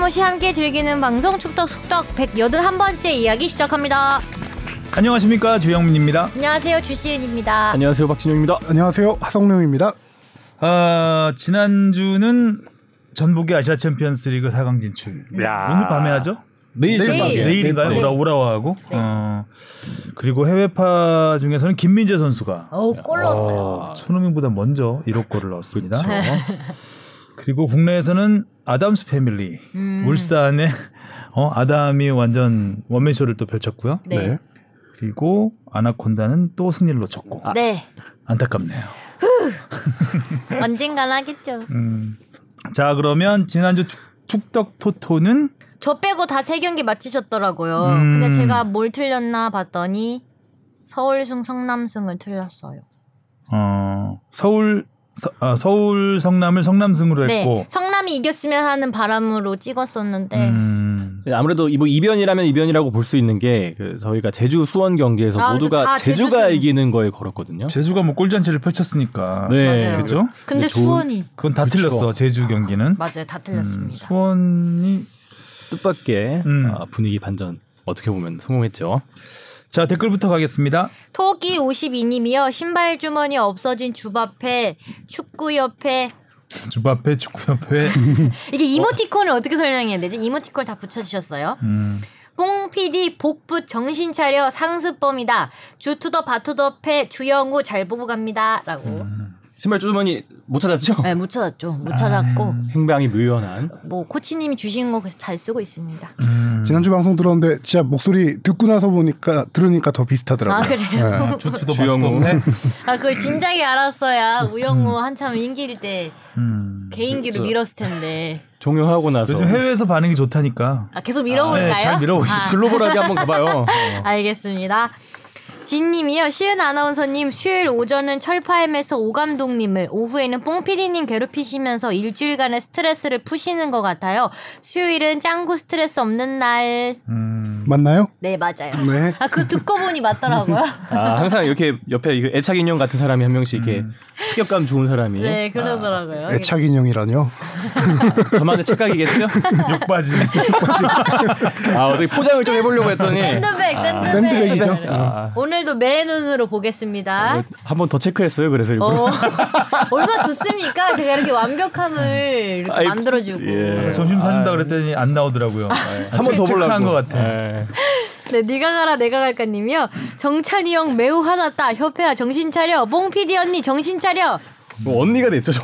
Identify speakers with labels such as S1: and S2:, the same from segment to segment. S1: 없이 함께 즐기는 방송 축덕 숙덕 181번째 이야기 시작합니다.
S2: 안녕하십니까 주영민입니다.
S1: 안녕하세요. 주시은입니다.
S3: 안녕하세요 박진영입니다.
S4: 안녕하세요. 하성룡입니다.
S2: 아 지난주는 전북의 아시아 챔피언스리그 4강 진출.
S3: 야.
S2: 오늘 밤에 하죠?
S4: 내일
S1: 저녁에. 밤에. 내일.
S2: 내일인가요?
S1: 내일 밤에.
S2: 오라 오라와하고. 어, 그리고 해외파 중에서는 김민재 선수가
S1: 어우, 골 넣었어요.
S2: 어, 손흥민보다 먼저 1호 골을 넣었습니다. 그리고 국내에서는 아담스 패밀리 울산의 어, 아담이 완전 원맨쇼를 또 펼쳤고요.
S1: 네.
S4: 네.
S2: 그리고 아나콘다는 또 승리를 놓쳤고
S1: 네.
S2: 안타깝네요.
S1: 언젠간 하겠죠.
S2: 음. 자 그러면 지난주 축- 축덕 토토는
S1: 저 빼고 다 세 경기 마치셨더라고요.
S2: 음.
S1: 근데 제가 뭘 틀렸나 봤더니 서울승 성남승을 틀렸어요.
S2: 어, 서울 서, 아, 서울 성남을 성남승으로 했고
S1: 네. 성남이 이겼으면 하는 바람으로 찍었었는데
S2: 음,
S3: 네, 아무래도 이뭐 이변이라면 이변이라고 볼 수 있는 게그 저희가 제주 수원 경기에서
S1: 아, 다
S3: 모두가 제주가
S1: 제주승.
S3: 이기는 거에 걸었거든요.
S2: 제주가 뭐 골잔치를 펼쳤으니까
S1: 맞아요.
S2: 그죠?
S1: 근데
S3: 좋은-
S1: 수원이
S2: 그건 다
S3: 네. 그쵸.
S2: 틀렸어 제주 경기는
S1: 맞아요. 다
S2: 음,
S1: 틀렸습니다.
S2: 수원이
S3: 뜻밖의
S2: 음.
S3: 아, 분위기 반전 어떻게 보면 성공했죠.
S2: 자 댓글부터 가겠습니다.
S1: 토끼 52님이요. 신발 주머니 없어진 주바페 축구협회
S2: 주바페 축구협회
S1: 이게 이모티콘을 어? 떻게 설명해야 되지? 이모티콘 다 붙여주셨어요.
S2: 음,
S1: 홍 PD 복붙 정신 차려 상습범이다. 주투더 바투더패 주영우 잘 보고 갑니다라고.
S2: 음.
S3: 신발 주머니 못 찾았죠?
S1: 네, 못 찾았죠. 못 찾았고
S2: 아.
S3: 행방이 묘연한
S1: 뭐 코치님이 주신 거 잘 쓰고 있습니다.
S2: 음.
S4: 지난주 방송 들었는데 진짜 목소리 듣고 나서 보니까 들으니까 더 비슷하더라고요.
S1: 아 그래요?
S2: 아, 주투도
S3: 주영우.
S2: 박수동네.
S1: 아 그걸 진작에 알았어야 우영우 한참 인기일 때
S2: 음.
S1: 개인기로
S3: 저-
S1: 밀었을 텐데.
S3: 종영하고 나서
S2: 요즘 해외에서 반응이 좋다니까.
S1: 아 계속 밀어볼까요? 아.
S2: 네, 잘 밀어보시죠.
S3: 글로벌하게 한번 가봐요.
S1: 알겠습니다. 진님이요. 시은 아나운서님 수요일 오전은 철파엠에서 오감독님을 오후에는 뽕피디님 괴롭히시면서 일주일간의 스트레스를 푸시는 것 같아요. 수요일은 짱구 스트레스 없는 날.
S4: 아.
S2: 음,
S4: 맞나요?
S1: 네 맞아요.
S4: 네.
S1: 아 그 듣고 보니 맞더라고요.
S3: 아, 항상 이렇게 옆에 이 애착 인형 같은 사람이 한 명씩 이렇게
S2: 음.
S3: 타격감 좋은 사람이
S1: 네
S3: 아,
S1: 그러더라고요.
S4: 애착 인형이라뇨.
S3: 저만의 착각이겠죠?
S2: 욕받이.
S3: 네. 아 어떻게 포장을 좀 해보려고 했더니
S1: 샌드백 샌드백. 네.
S4: 샌드백이죠.
S3: 네. 아, 네.
S1: 오늘도 매 눈으로 보겠습니다.
S3: 한 번 더 체크했어요. 그래서
S1: 아, 어,
S3: 일부러
S1: 얼마나 좋습니까? 제가 이렇게 완벽함을 이렇게
S3: 아이,
S1: 만들어주고.
S3: 예.
S2: 점심 사준다 그랬더니 안 나오더라고요. 한
S3: 한번더 보려고.
S2: 한것 같아.
S3: 예.
S1: 네, 네가 가라 내가 갈까 님이요. 정찬이 형 매우 화났다. 협회야 정신 차려. 봉 PD 언니 정신 차려.
S3: 뭐 언니가 됐죠, 저.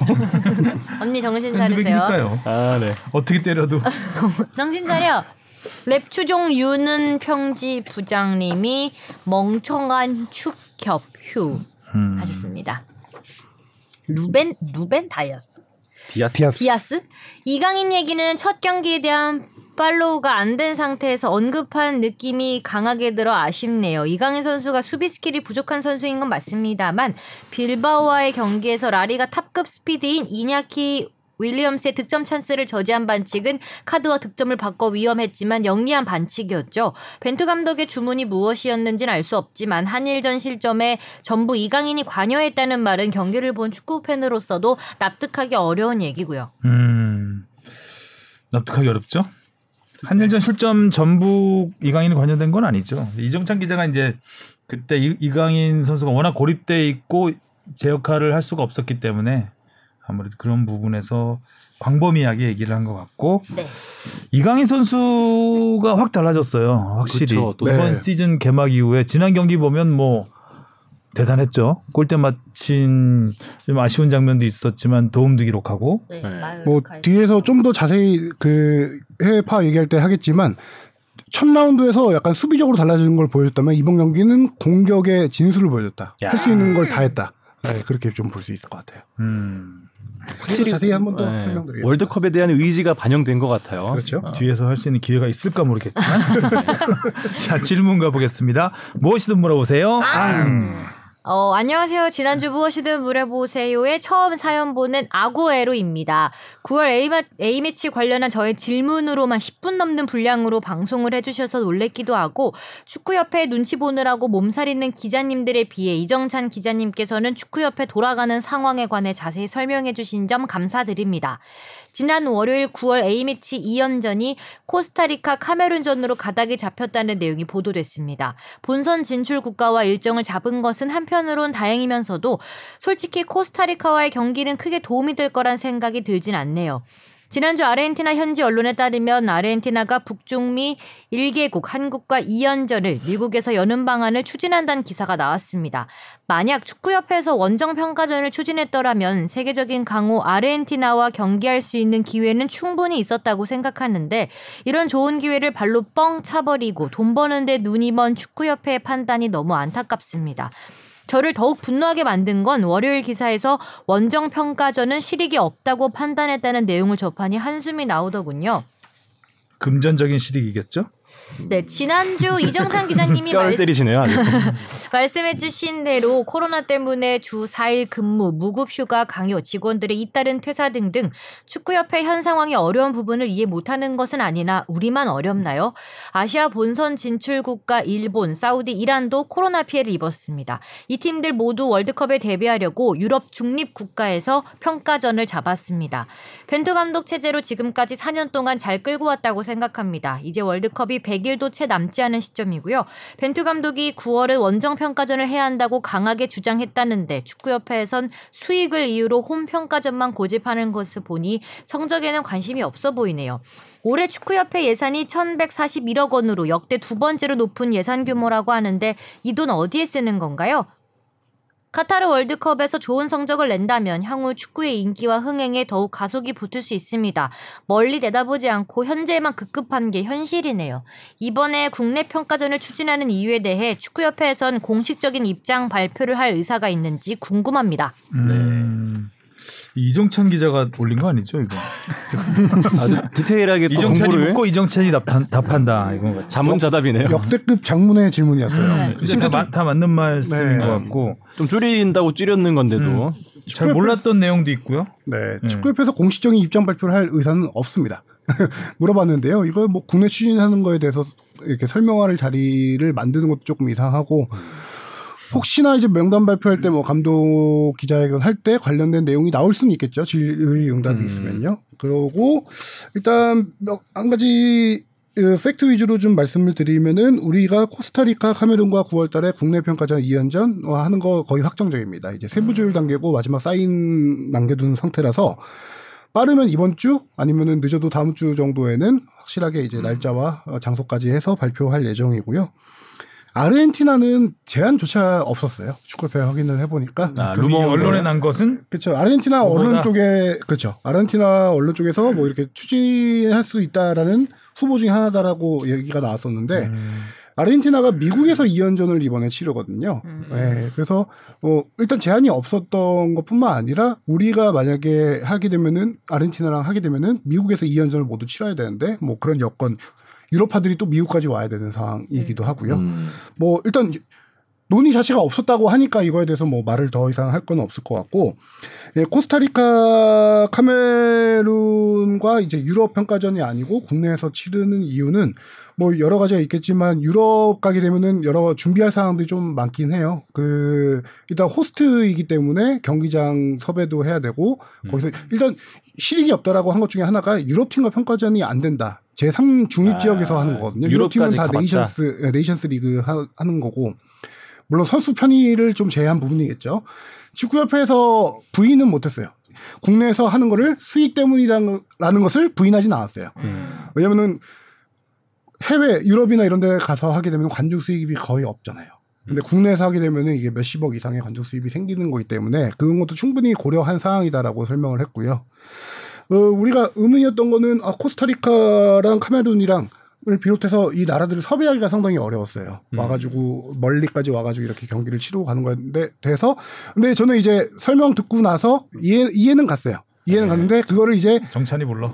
S1: 언니 정신 차리세요.
S2: 샌드백이니까요.
S3: 아, 네.
S2: 어떻게 때려도.
S1: 정신 차려. 랩추종 유는 평지 부장님이 멍청한 축협휴
S2: 음.
S1: 하셨습니다. 루벤 루벤 다이아스
S3: 디아스.
S4: 디아스.
S1: 디아스 이강인 얘기는 첫 경기에 대한 팔로우가 안 된 상태에서 언급한 느낌이 강하게 들어 아쉽네요. 이강인 선수가 수비 스킬이 부족한 선수인 건 맞습니다만 빌바오와의 경기에서 라리가 탑급 스피드인 이냐키 윌리엄스의 득점 찬스를 저지한 반칙은 카드와 득점을 바꿔 위험했지만 영리한 반칙이었죠. 벤투 감독의 주문이 무엇이었는지는 알 수 없지만 한일전 실점에 전부 이강인이 관여했다는 말은 경기를 본 축구 팬으로서도 납득하기 어려운 얘기고요.
S2: 음, 납득하기 어렵죠. 한일전 실점 전북 이강인이 관여된 건 아니죠. 이정찬 기자가 이제 그때 이, 이강인 선수가 워낙 고립돼 있고 제 역할을 할 수가 없었기 때문에 아무래도 그런 부분에서 광범위하게 얘기를 한 것 같고
S1: 네.
S2: 이강인 선수가 확 달라졌어요. 확실히
S3: 그쵸, 또
S2: 이번
S4: 네.
S2: 시즌 개막 이후에 지난 경기 보면 뭐 대단했죠. 골대 맞힌 좀 아쉬운 장면도 있었지만 도움도 기록하고
S1: 네.
S3: 네.
S1: 마요르카에서.
S4: 뭐 뒤에서 좀 더 자세히 그 해외파 얘기할 때 하겠지만 첫 라운드에서 약간 수비적으로 달라지는 걸 보여줬다면 이번 경기는 공격의 진수를 보여줬다.
S3: 야.
S4: 할 수 있는 걸 다 했다. 네, 그렇게 좀 볼 수 있을 것 같아요.
S2: 음,
S4: 확실히 네. 자세히 한 번 더
S3: 예.
S4: 설명드리겠습니다.
S3: 월드컵에 대한 의지가 반영된 것 같아요.
S4: 그렇죠.
S2: 뒤에서 할 수 있는 기회가 있을까 모르겠지만 자 질문 가보겠습니다. 무엇이든 물어보세요. 아, 앙.
S1: 어, 안녕하세요. 지난주 무엇이든 물어보세요에 처음 사연 보낸 아구에로입니다. 9월 A마, A매치 관련한 저의 질문으로만 10분 넘는 분량으로 방송을 해주셔서 놀랬기도 하고, 축구협회 눈치 보느라고 몸살이는 기자님들에 비해 이정찬 기자님께서는 축구협회 돌아가는 상황에 관해 자세히 설명해주신 점 감사드립니다. 지난 월요일 9월 A매치 2연전이 코스타리카 카메룬전으로 가닥이 잡혔다는 내용이 보도됐습니다. 본선 진출 국가와 일정을 잡은 것은 한편으론 다행이면서도 솔직히 코스타리카와의 경기는 크게 도움이 될 거란 생각이 들진 않네요. 지난주 아르헨티나 현지 언론에 따르면 아르헨티나가 북중미 1개국 한국과 2연전을 미국에서 여는 방안을 추진한다는 기사가 나왔습니다. 만약 축구협회에서 원정 평가전을 추진했더라면 세계적인 강호 아르헨티나와 경기할 수 있는 기회는 충분히 있었다고 생각하는데 이런 좋은 기회를 발로 뻥 차버리고 돈 버는데 눈이 먼 축구협회의 판단이 너무 안타깝습니다. 저를 더욱 분노하게 만든 건 월요일 기사에서 원정 평가전은 실익이 없다고 판단했다는 내용을 접하니 한숨이 나오더군요.
S2: 금전적인 실익이겠죠?
S1: 네, 지난주 이정찬 기자님이
S3: 뼈를
S1: 말씀,
S3: 때리시네요. 아주.
S1: 말씀해주신 대로 코로나 때문에 주 4일 근무, 무급 휴가 강요, 직원들의 잇따른 퇴사 등등 축구협회 현 상황이 어려운 부분을 이해 못하는 것은 아니나 우리만 어렵나요? 아시아 본선 진출 국가 일본, 사우디, 이란도 코로나 피해를 입었습니다. 이 팀들 모두 월드컵에 대비하려고 유럽 중립 국가에서 평가전을 잡았습니다. 벤투 감독 체제로 지금까지 4년 동안 잘 끌고 왔다고 생각합니다. 이제 월드컵이 100일도 채 남지 않은 시점이고요. 벤투 감독이 9월에 원정 평가전을 해야 한다고 강하게 주장했다는데 축구협회에선 수익을 이유로 홈 평가전만 고집하는 것을 보니 성적에는 관심이 없어 보이네요. 올해 축구협회 예산이 1,141억 원으로 역대 두 번째로 높은 예산 규모라고 하는데 이 돈 어디에 쓰는 건가요? 카타르 월드컵에서 좋은 성적을 낸다면 향후 축구의 인기와 흥행에 더욱 가속이 붙을 수 있습니다. 멀리 내다보지 않고 현재에만 급급한 게 현실이네요. 이번에 국내 평가전을 추진하는 이유에 대해 축구협회에선 공식적인 입장 발표를 할 의사가 있는지 궁금합니다.
S2: 음. 이정찬 기자가 올린 거 아니죠 이거?
S3: 아주 디테일하게 또
S2: 이정찬이
S3: 공부를
S2: 묻고 이정찬이 답한, 답한다 이건 같아.
S3: 자문자답이네요.
S4: 역대급 장문의 질문이었어요.
S2: 다, 마- 다 맞는 말씀인
S4: 네.
S2: 것 같고
S3: 좀 줄인다고 줄였는
S4: 음.
S3: 건데도
S2: 잘 몰랐던 내용도 있고요.
S4: 네, 축구협회에서 공식적인 입장 발표를 할 의사는 없습니다. 물어봤는데요. 이거 뭐 국내 추진하는 거에 대해서 이렇게 설명할 자리를 만드는 것도 조금 이상하고 혹시나 이제 명단 발표할 때 뭐 감독 기자회견 할 때 관련된 내용이 나올 수는 있겠죠. 질의응답이 있으면요. 그러고 일단 몇- 한 가지 어, 팩트 위주로 좀 말씀을 드리면은 우리가 코스타리카, 카메룬과 9월달에 국내 평가전 2연전 하는 거 거의 확정적입니다. 이제 세부 조율 단계고 마지막 사인 남겨둔 상태라서 빠르면 이번 주 아니면은 늦어도 다음 주 정도에는 확실하게 이제 날짜와 어, 장소까지 해서 발표할 예정이고요. 아르헨티나는 제한조차 없었어요. 축구협회 확인을 해보니까.
S3: 아,
S2: 그
S3: 루머
S2: 언론에 난 것은
S4: 그렇죠. 아르헨티나
S2: 그거보다-
S4: 언론 쪽에 그렇죠. 아르헨티나 언론 쪽에서 뭐 이렇게 추진할 수 있다라는 후보 중에 하나다라고 얘기가 나왔었는데 아르헨티나가 미국에서 2연전을 이번에 치르거든요. 예, 그래서 어, 일단 제한이 없었던 것뿐만 아니라 우리가 만약에 하게 되면은 아르헨티나랑 하게 되면은 미국에서 2연전을 모두 치러야 되는데 뭐 그런 여건 유럽파들이 또 미국까지 와야 되는 상황이기도 하고요. 뭐 일단 논의 자체가 없었다고 하니까 이거에 대해서 뭐 말을 더 이상 할 건 없을 것 같고 예, 코스타리카 카메룬과 이제 유럽 평가전이 아니고 국내에서 치르는 이유는 뭐 여러 가지가 있겠지만 유럽 가게 되면은 여러 준비할 사항들이 좀 많긴 해요. 그 일단 호스트이기 때문에 경기장 섭외도 해야 되고
S3: 음.
S4: 거기서 일단 실익이 없다라고 한 것 중에 하나가 유럽 팀과 평가전이 안 된다. 제3 중립
S3: 아,
S4: 지역에서 하는 거거든요. 유럽 팀은
S3: 유럽까지
S4: 다
S3: 가봤자.
S4: 네이션스 네, 네이션스 리그 하, 하는 거고 물론 선수 편의를 좀 제외한 부분이겠죠. 축구협회에서 부인은 못했어요. 국내에서 하는 거를 수익 때문이라는 것을 부인하진 않았어요. 왜냐면은 해외 유럽이나 이런 데 가서 하게 되면 관중 수입이 거의 없잖아요. 근데 국내에서 하게 되면은 이게 몇십억 이상의 관중 수입이 생기는 거기 때문에 그런 것도 충분히 고려한 사항이다라고 설명을 했고요. 어, 우리가 의문이었던 거는 아, 코스타리카랑 카메룬이랑 을 비롯해서 이 나라들을 섭외하기가 상당히 어려웠어요. 와가지고 멀리까지 와가지고 이렇게 경기를 치르고 가는 거였는데 돼서 근데 저는 이제 설명 듣고 나서 이해 이해는 갔어요. 이해는 갔는데 그거를 이제
S2: 정찬이 불러.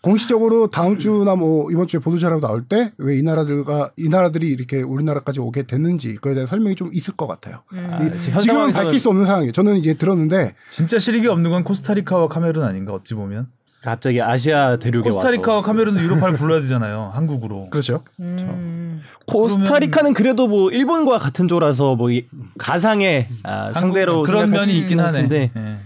S4: 공식적으로 다음 주나 뭐 이번 주에 보도자료가 나올 때 왜 이 나라들과 이 나라들이 이렇게 우리나라까지 오게 됐는지 그에 대한 설명이 좀 있을 것 음. 같아요. 이-
S3: 지금
S4: 지금은
S3: 상황에서는-
S4: 밝힐 수 없는 상황이에요. 저는 이제 들었는데
S2: 진짜 실익이 없는 건 코스타리카와 카메룬 아닌가 어찌 보면.
S3: 갑자기 아시아 대륙에
S2: 코스타리카와
S3: 와서
S2: 카메룬은 유럽파를 불러야 되잖아요. 한국으로.
S4: 그렇죠.
S1: 음.
S3: 코스타리카는 그래도 뭐 일본과 같은 조라서 뭐 이- 가상의 아, 상대로
S2: 한국- 그런
S3: 생각할
S2: 면이 예.
S3: 수
S2: 있긴 하네.
S3: 같은데
S2: 예.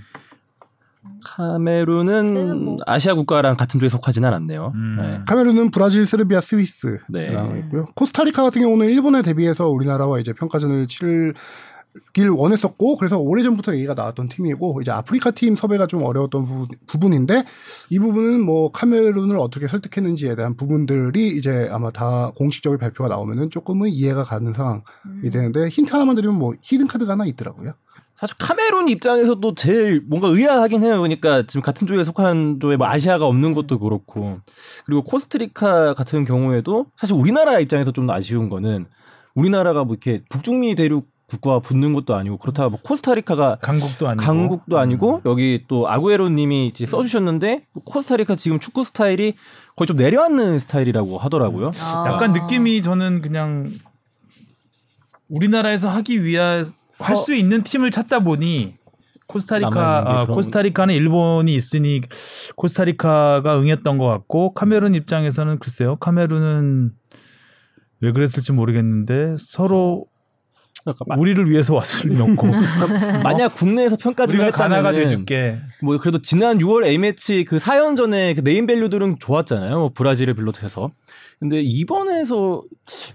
S1: 그래서
S3: 카메룬은
S1: 뭐-
S3: 아시아 국가랑 같은 쪽에 속하진 않았네요.
S2: 음.
S3: 네.
S4: 카메룬은 브라질, 세르비아, 스위스
S3: 네.
S4: 나와 있고요. 코스타리카 같은 경우는 일본에 대비해서 우리나라와 이제 평가전을 치르길 원했었고 그래서 오래전부터 얘기가 나왔던 팀이고 이제 아프리카 팀 섭외가 좀 어려웠던 부, 분인데이 부분은 뭐 카메룬을 어떻게 설득했는지에 대한 부분들이 이제 아마 다 공식적인 발표가 나오면은 조금은 이해가 가는 상황이 되는데 힌트 하나만 드리면 뭐 히든 카드가 하나 있더라고요.
S3: 사실 카메룬 입장에서도 제일 뭔가 의아하긴 해요. 그러니까 지금 같은 쪽에 속한 쪽에 뭐 아시아가 없는 것도 그렇고 그리고 코스트리카 같은 경우에도 사실 우리나라 입장에서 좀 아쉬운 거는 우리나라가 뭐 이렇게 북중미 대륙 국가와 붙는 것도 아니고 그렇다고 뭐 코스타리카가
S2: 강국도 아니고
S3: 강국도 아니고
S2: 음.
S3: 여기 또 아구에로님이 이제 써주셨는데 코스타리카 지금 축구 스타일이 거의 좀 내려앉는 스타일이라고
S2: 음.
S3: 하더라고요.
S1: 아.
S2: 약간 느낌이 저는 그냥 우리나라에서 하기 위해 할 수 있는 팀을 찾다 보니 코스타리카
S3: 남아있는 게
S2: 아,
S3: 그런-
S2: 코스타리카는 일본이 있으니 코스타리카가 응했던 것 같고 카메룬 입장에서는 글쎄요 카메룬은 왜 그랬을지 모르겠는데 서로
S3: 약간 마-
S2: 우리를 위해서 왔을 놓고
S3: 그러니까 만약 국내에서 평가를
S2: 우리가 가나가
S3: 했다면
S2: 돼줄게
S3: 뭐 그래도 지난 6월 A매치 그 4연전에 그 네임밸류들은 좋았잖아요. 뭐 브라질을 비롯해서. 근데 이번에서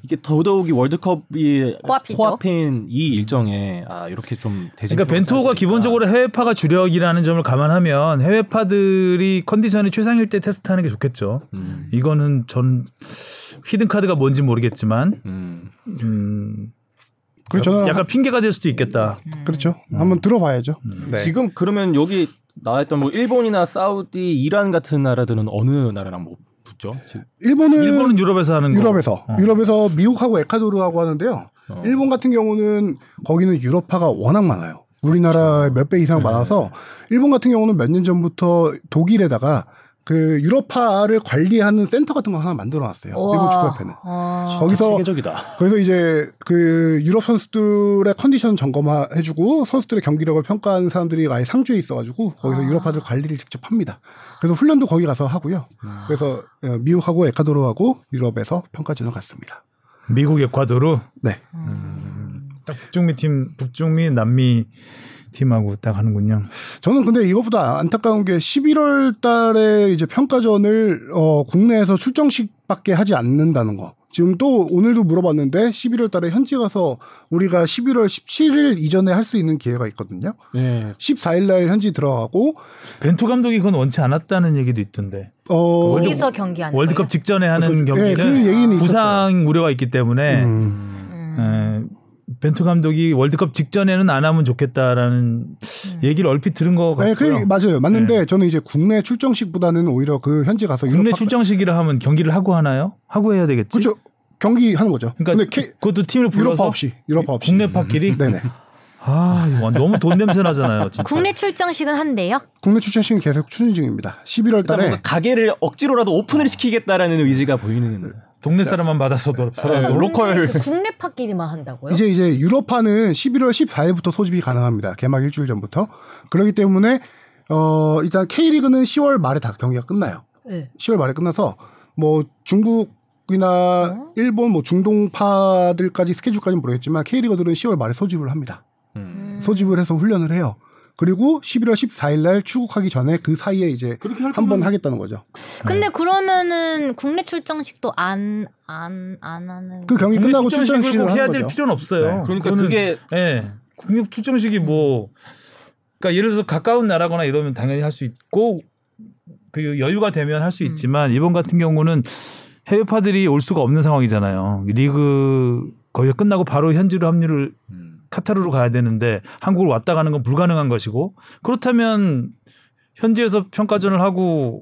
S3: 이게 더더욱이 월드컵이
S1: 코앞이죠.
S3: 코앞인 이 일정에 아 이렇게 좀 대진
S2: 그러니까 벤투호가 기본적으로 해외파가 주력이라는 점을 감안하면 해외파들이 컨디션이 최상일 때 테스트하는 게 좋겠죠.
S3: 음.
S2: 이거는 전 히든 카드가 뭔지 모르겠지만
S3: 음.
S2: 음,
S4: 그렇죠. 저는
S2: 약간 음. 핑계가 될 수도 있겠다.
S4: 하- 그렇죠. 한번 들어봐야죠. 네.
S3: 지금 그러면 여기 나왔던 뭐 일본이나 사우디, 이란 같은 나라들은 어느 나라랑 뭐 붙죠? 지금?
S4: 일본은
S2: 일본은 유럽에서 하는 거.
S4: 유럽에서
S2: 어.
S4: 유럽에서 미국하고 에콰도르하고 하는데요.
S3: 어.
S4: 일본 같은 경우는 거기는 유럽파가 워낙 많아요. 우리나라의 몇 배 이상 많아서 일본 같은 경우는 몇 년 전부터 독일에다가 그 유럽파를 관리하는 센터 같은 거 하나 만들어 놨어요. 일본 축구협회는.
S1: 아.
S4: 거기서
S3: 세계적이다.
S4: 그래서 이제 그 유럽 선수들의 컨디션 점검해주고 선수들의 경기력을 평가하는 사람들이 아예 상주에 있어가지고 거기서 유럽파들 관리를 직접 합니다. 그래서 훈련도 거기 가서 하고요. 그래서 어, 미국하고 에콰도르하고 유럽에서 평가전을 갔습니다.
S2: 미국 에콰도르
S4: 네.
S2: 딱 북중미 팀 북중미 남미 팀하고 딱 하는군요.
S4: 저는 근데 이것보다 안타까운 게 11월 달에 이제 평가전을 어, 국내에서 출정식밖에 하지 않는다는 거. 지금 또 오늘도 물어봤는데 11월 달에 현지 가서 우리가 11월 17일 이전에 할 수 있는 기회가 있거든요.
S3: 네.
S4: 14일 날 현지 들어가고
S2: 벤투 감독이 그건 원치 않았다는 얘기도 있던데
S4: 어
S1: 거기서 경기하는
S2: 월드컵 직전에 하는
S4: 예, 그
S2: 경기는
S4: 얘기는 있었어요.
S2: 부상 우려가 있기 때문에
S4: 음.
S3: 음.
S2: 에, 벤투 감독이 월드컵 직전에는 안 하면 좋겠다라는 얘기를 얼핏 들은 것
S4: 네, 그
S2: 같고요. 네.
S4: 얘기 맞아요. 맞는데 저는 이제 국내 출정식보다는 오히려 그 현지 가서
S2: 국내
S4: 유럽
S2: 출정식이라 하면 경기를 하고 하나요? 하고 해야 되겠지.
S4: 그렇죠. 경기 하는 거죠.
S2: 그러니까
S4: 근데 K-
S2: 그것도 팀을
S4: 유럽파
S2: 불러서
S4: 없이 유럽파 없이. 음.
S2: 국내파끼리
S4: 네네.
S2: 아 이거 너무 돈 냄새 나잖아요. 진짜.
S1: 국내 출장식은 한대요.
S4: 국내 출전식은 계속 추진 중입니다. 11월
S3: 일단
S4: 달에
S3: 뭔가 가게를 억지로라도 오픈을 시키겠다라는 의지가 보이는.
S2: 동네 사람만 받아서도
S4: 네.
S2: 살아요.
S3: 로컬.
S1: 국내파끼리만 한다고요?
S4: 이제 이제 유럽파는 11월 14일부터 소집이 가능합니다. 개막 일주일 전부터. 그렇기 때문에 어 일단 K리그는 10월 말에 다 경기가 끝나요.
S1: 네.
S4: 10월 말에 끝나서 뭐 중국이나
S1: 어?
S4: 일본 뭐 중동파들까지 스케줄까지는 모르겠지만 K리거들은 10월 말에 소집을 합니다.
S3: 음.
S1: 음.
S4: 소집을 해서 훈련을 해요. 그리고 11월 14일 날 출국하기 전에 그 사이에 이제
S2: 뭐
S4: 한번 하겠다는 거죠. 네.
S1: 근데 그러면은 국내 출장식도 안 안 안 하는.
S4: 그 경기
S2: 국내
S4: 끝나고
S2: 출정식을
S4: 출전식을
S2: 꼭 해야
S4: 하는
S2: 될
S4: 거죠.
S2: 필요는 없어요.
S4: 네.
S3: 그러니까
S2: 그거는,
S3: 그게-
S2: 예 국내 출정식이 뭐 그러니까 예를 들어서 가까운 나라거나 이러면 당연히 할 수 있고 그 여유가 되면 할 수 있지만 일본 같은 경우는 해외파들이 올 수가 없는 상황이잖아요. 리그 거의 끝나고 바로 현지로 합류를
S3: 음.
S2: 카타르로 가야 되는데 한국을 왔다 가는 건 불가능한 것이고 그렇다면 현지에서 평가전을 하고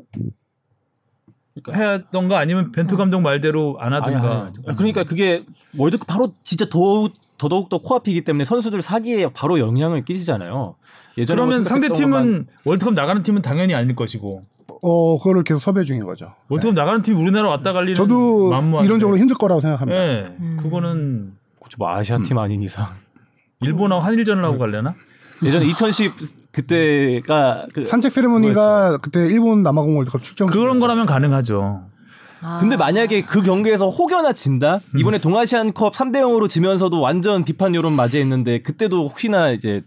S3: 그러니까
S2: 해야 하던가 아니면 벤투 감독 말대로 안
S3: 아니, 아니,
S2: 하던가
S3: 아니. 그러니까 그게 월드컵 바로 진짜 더욱 더더욱 더 코앞이기 때문에 선수들 사기에 바로 영향을 끼치잖아요. 예전에
S2: 그러면
S3: 뭐
S2: 상대
S3: 생각했던 것만-
S2: 팀은 월드컵 나가는 팀은 당연히 아닐 것이고
S4: 어, 그거를 계속 섭외 중인 거죠.
S2: 월드컵
S3: 네.
S2: 나가는 팀이 우리나라 왔다 갈 일은
S4: 저도
S2: 만무한데.
S4: 이론적으로 힘들 거라고 생각합니다. 음.
S2: 예 그거는
S3: 그쵸, 뭐 아시아 팀 아닌 이상
S4: 음.
S2: 일본하고 한일전을 하고 갈려나
S3: 예전에 2010 그때가 그
S4: 산책 세레모니가 그때 일본 남아공 월드컵 출전
S2: 예. 그런 거라면 가능하죠.
S1: 아.
S3: 근데 만약에 그 경기에서 혹여나 진다 이번에 동아시안컵 3대 0으로 지면서도 완전 비판 여론 맞이했는데 그때도 혹시나 이제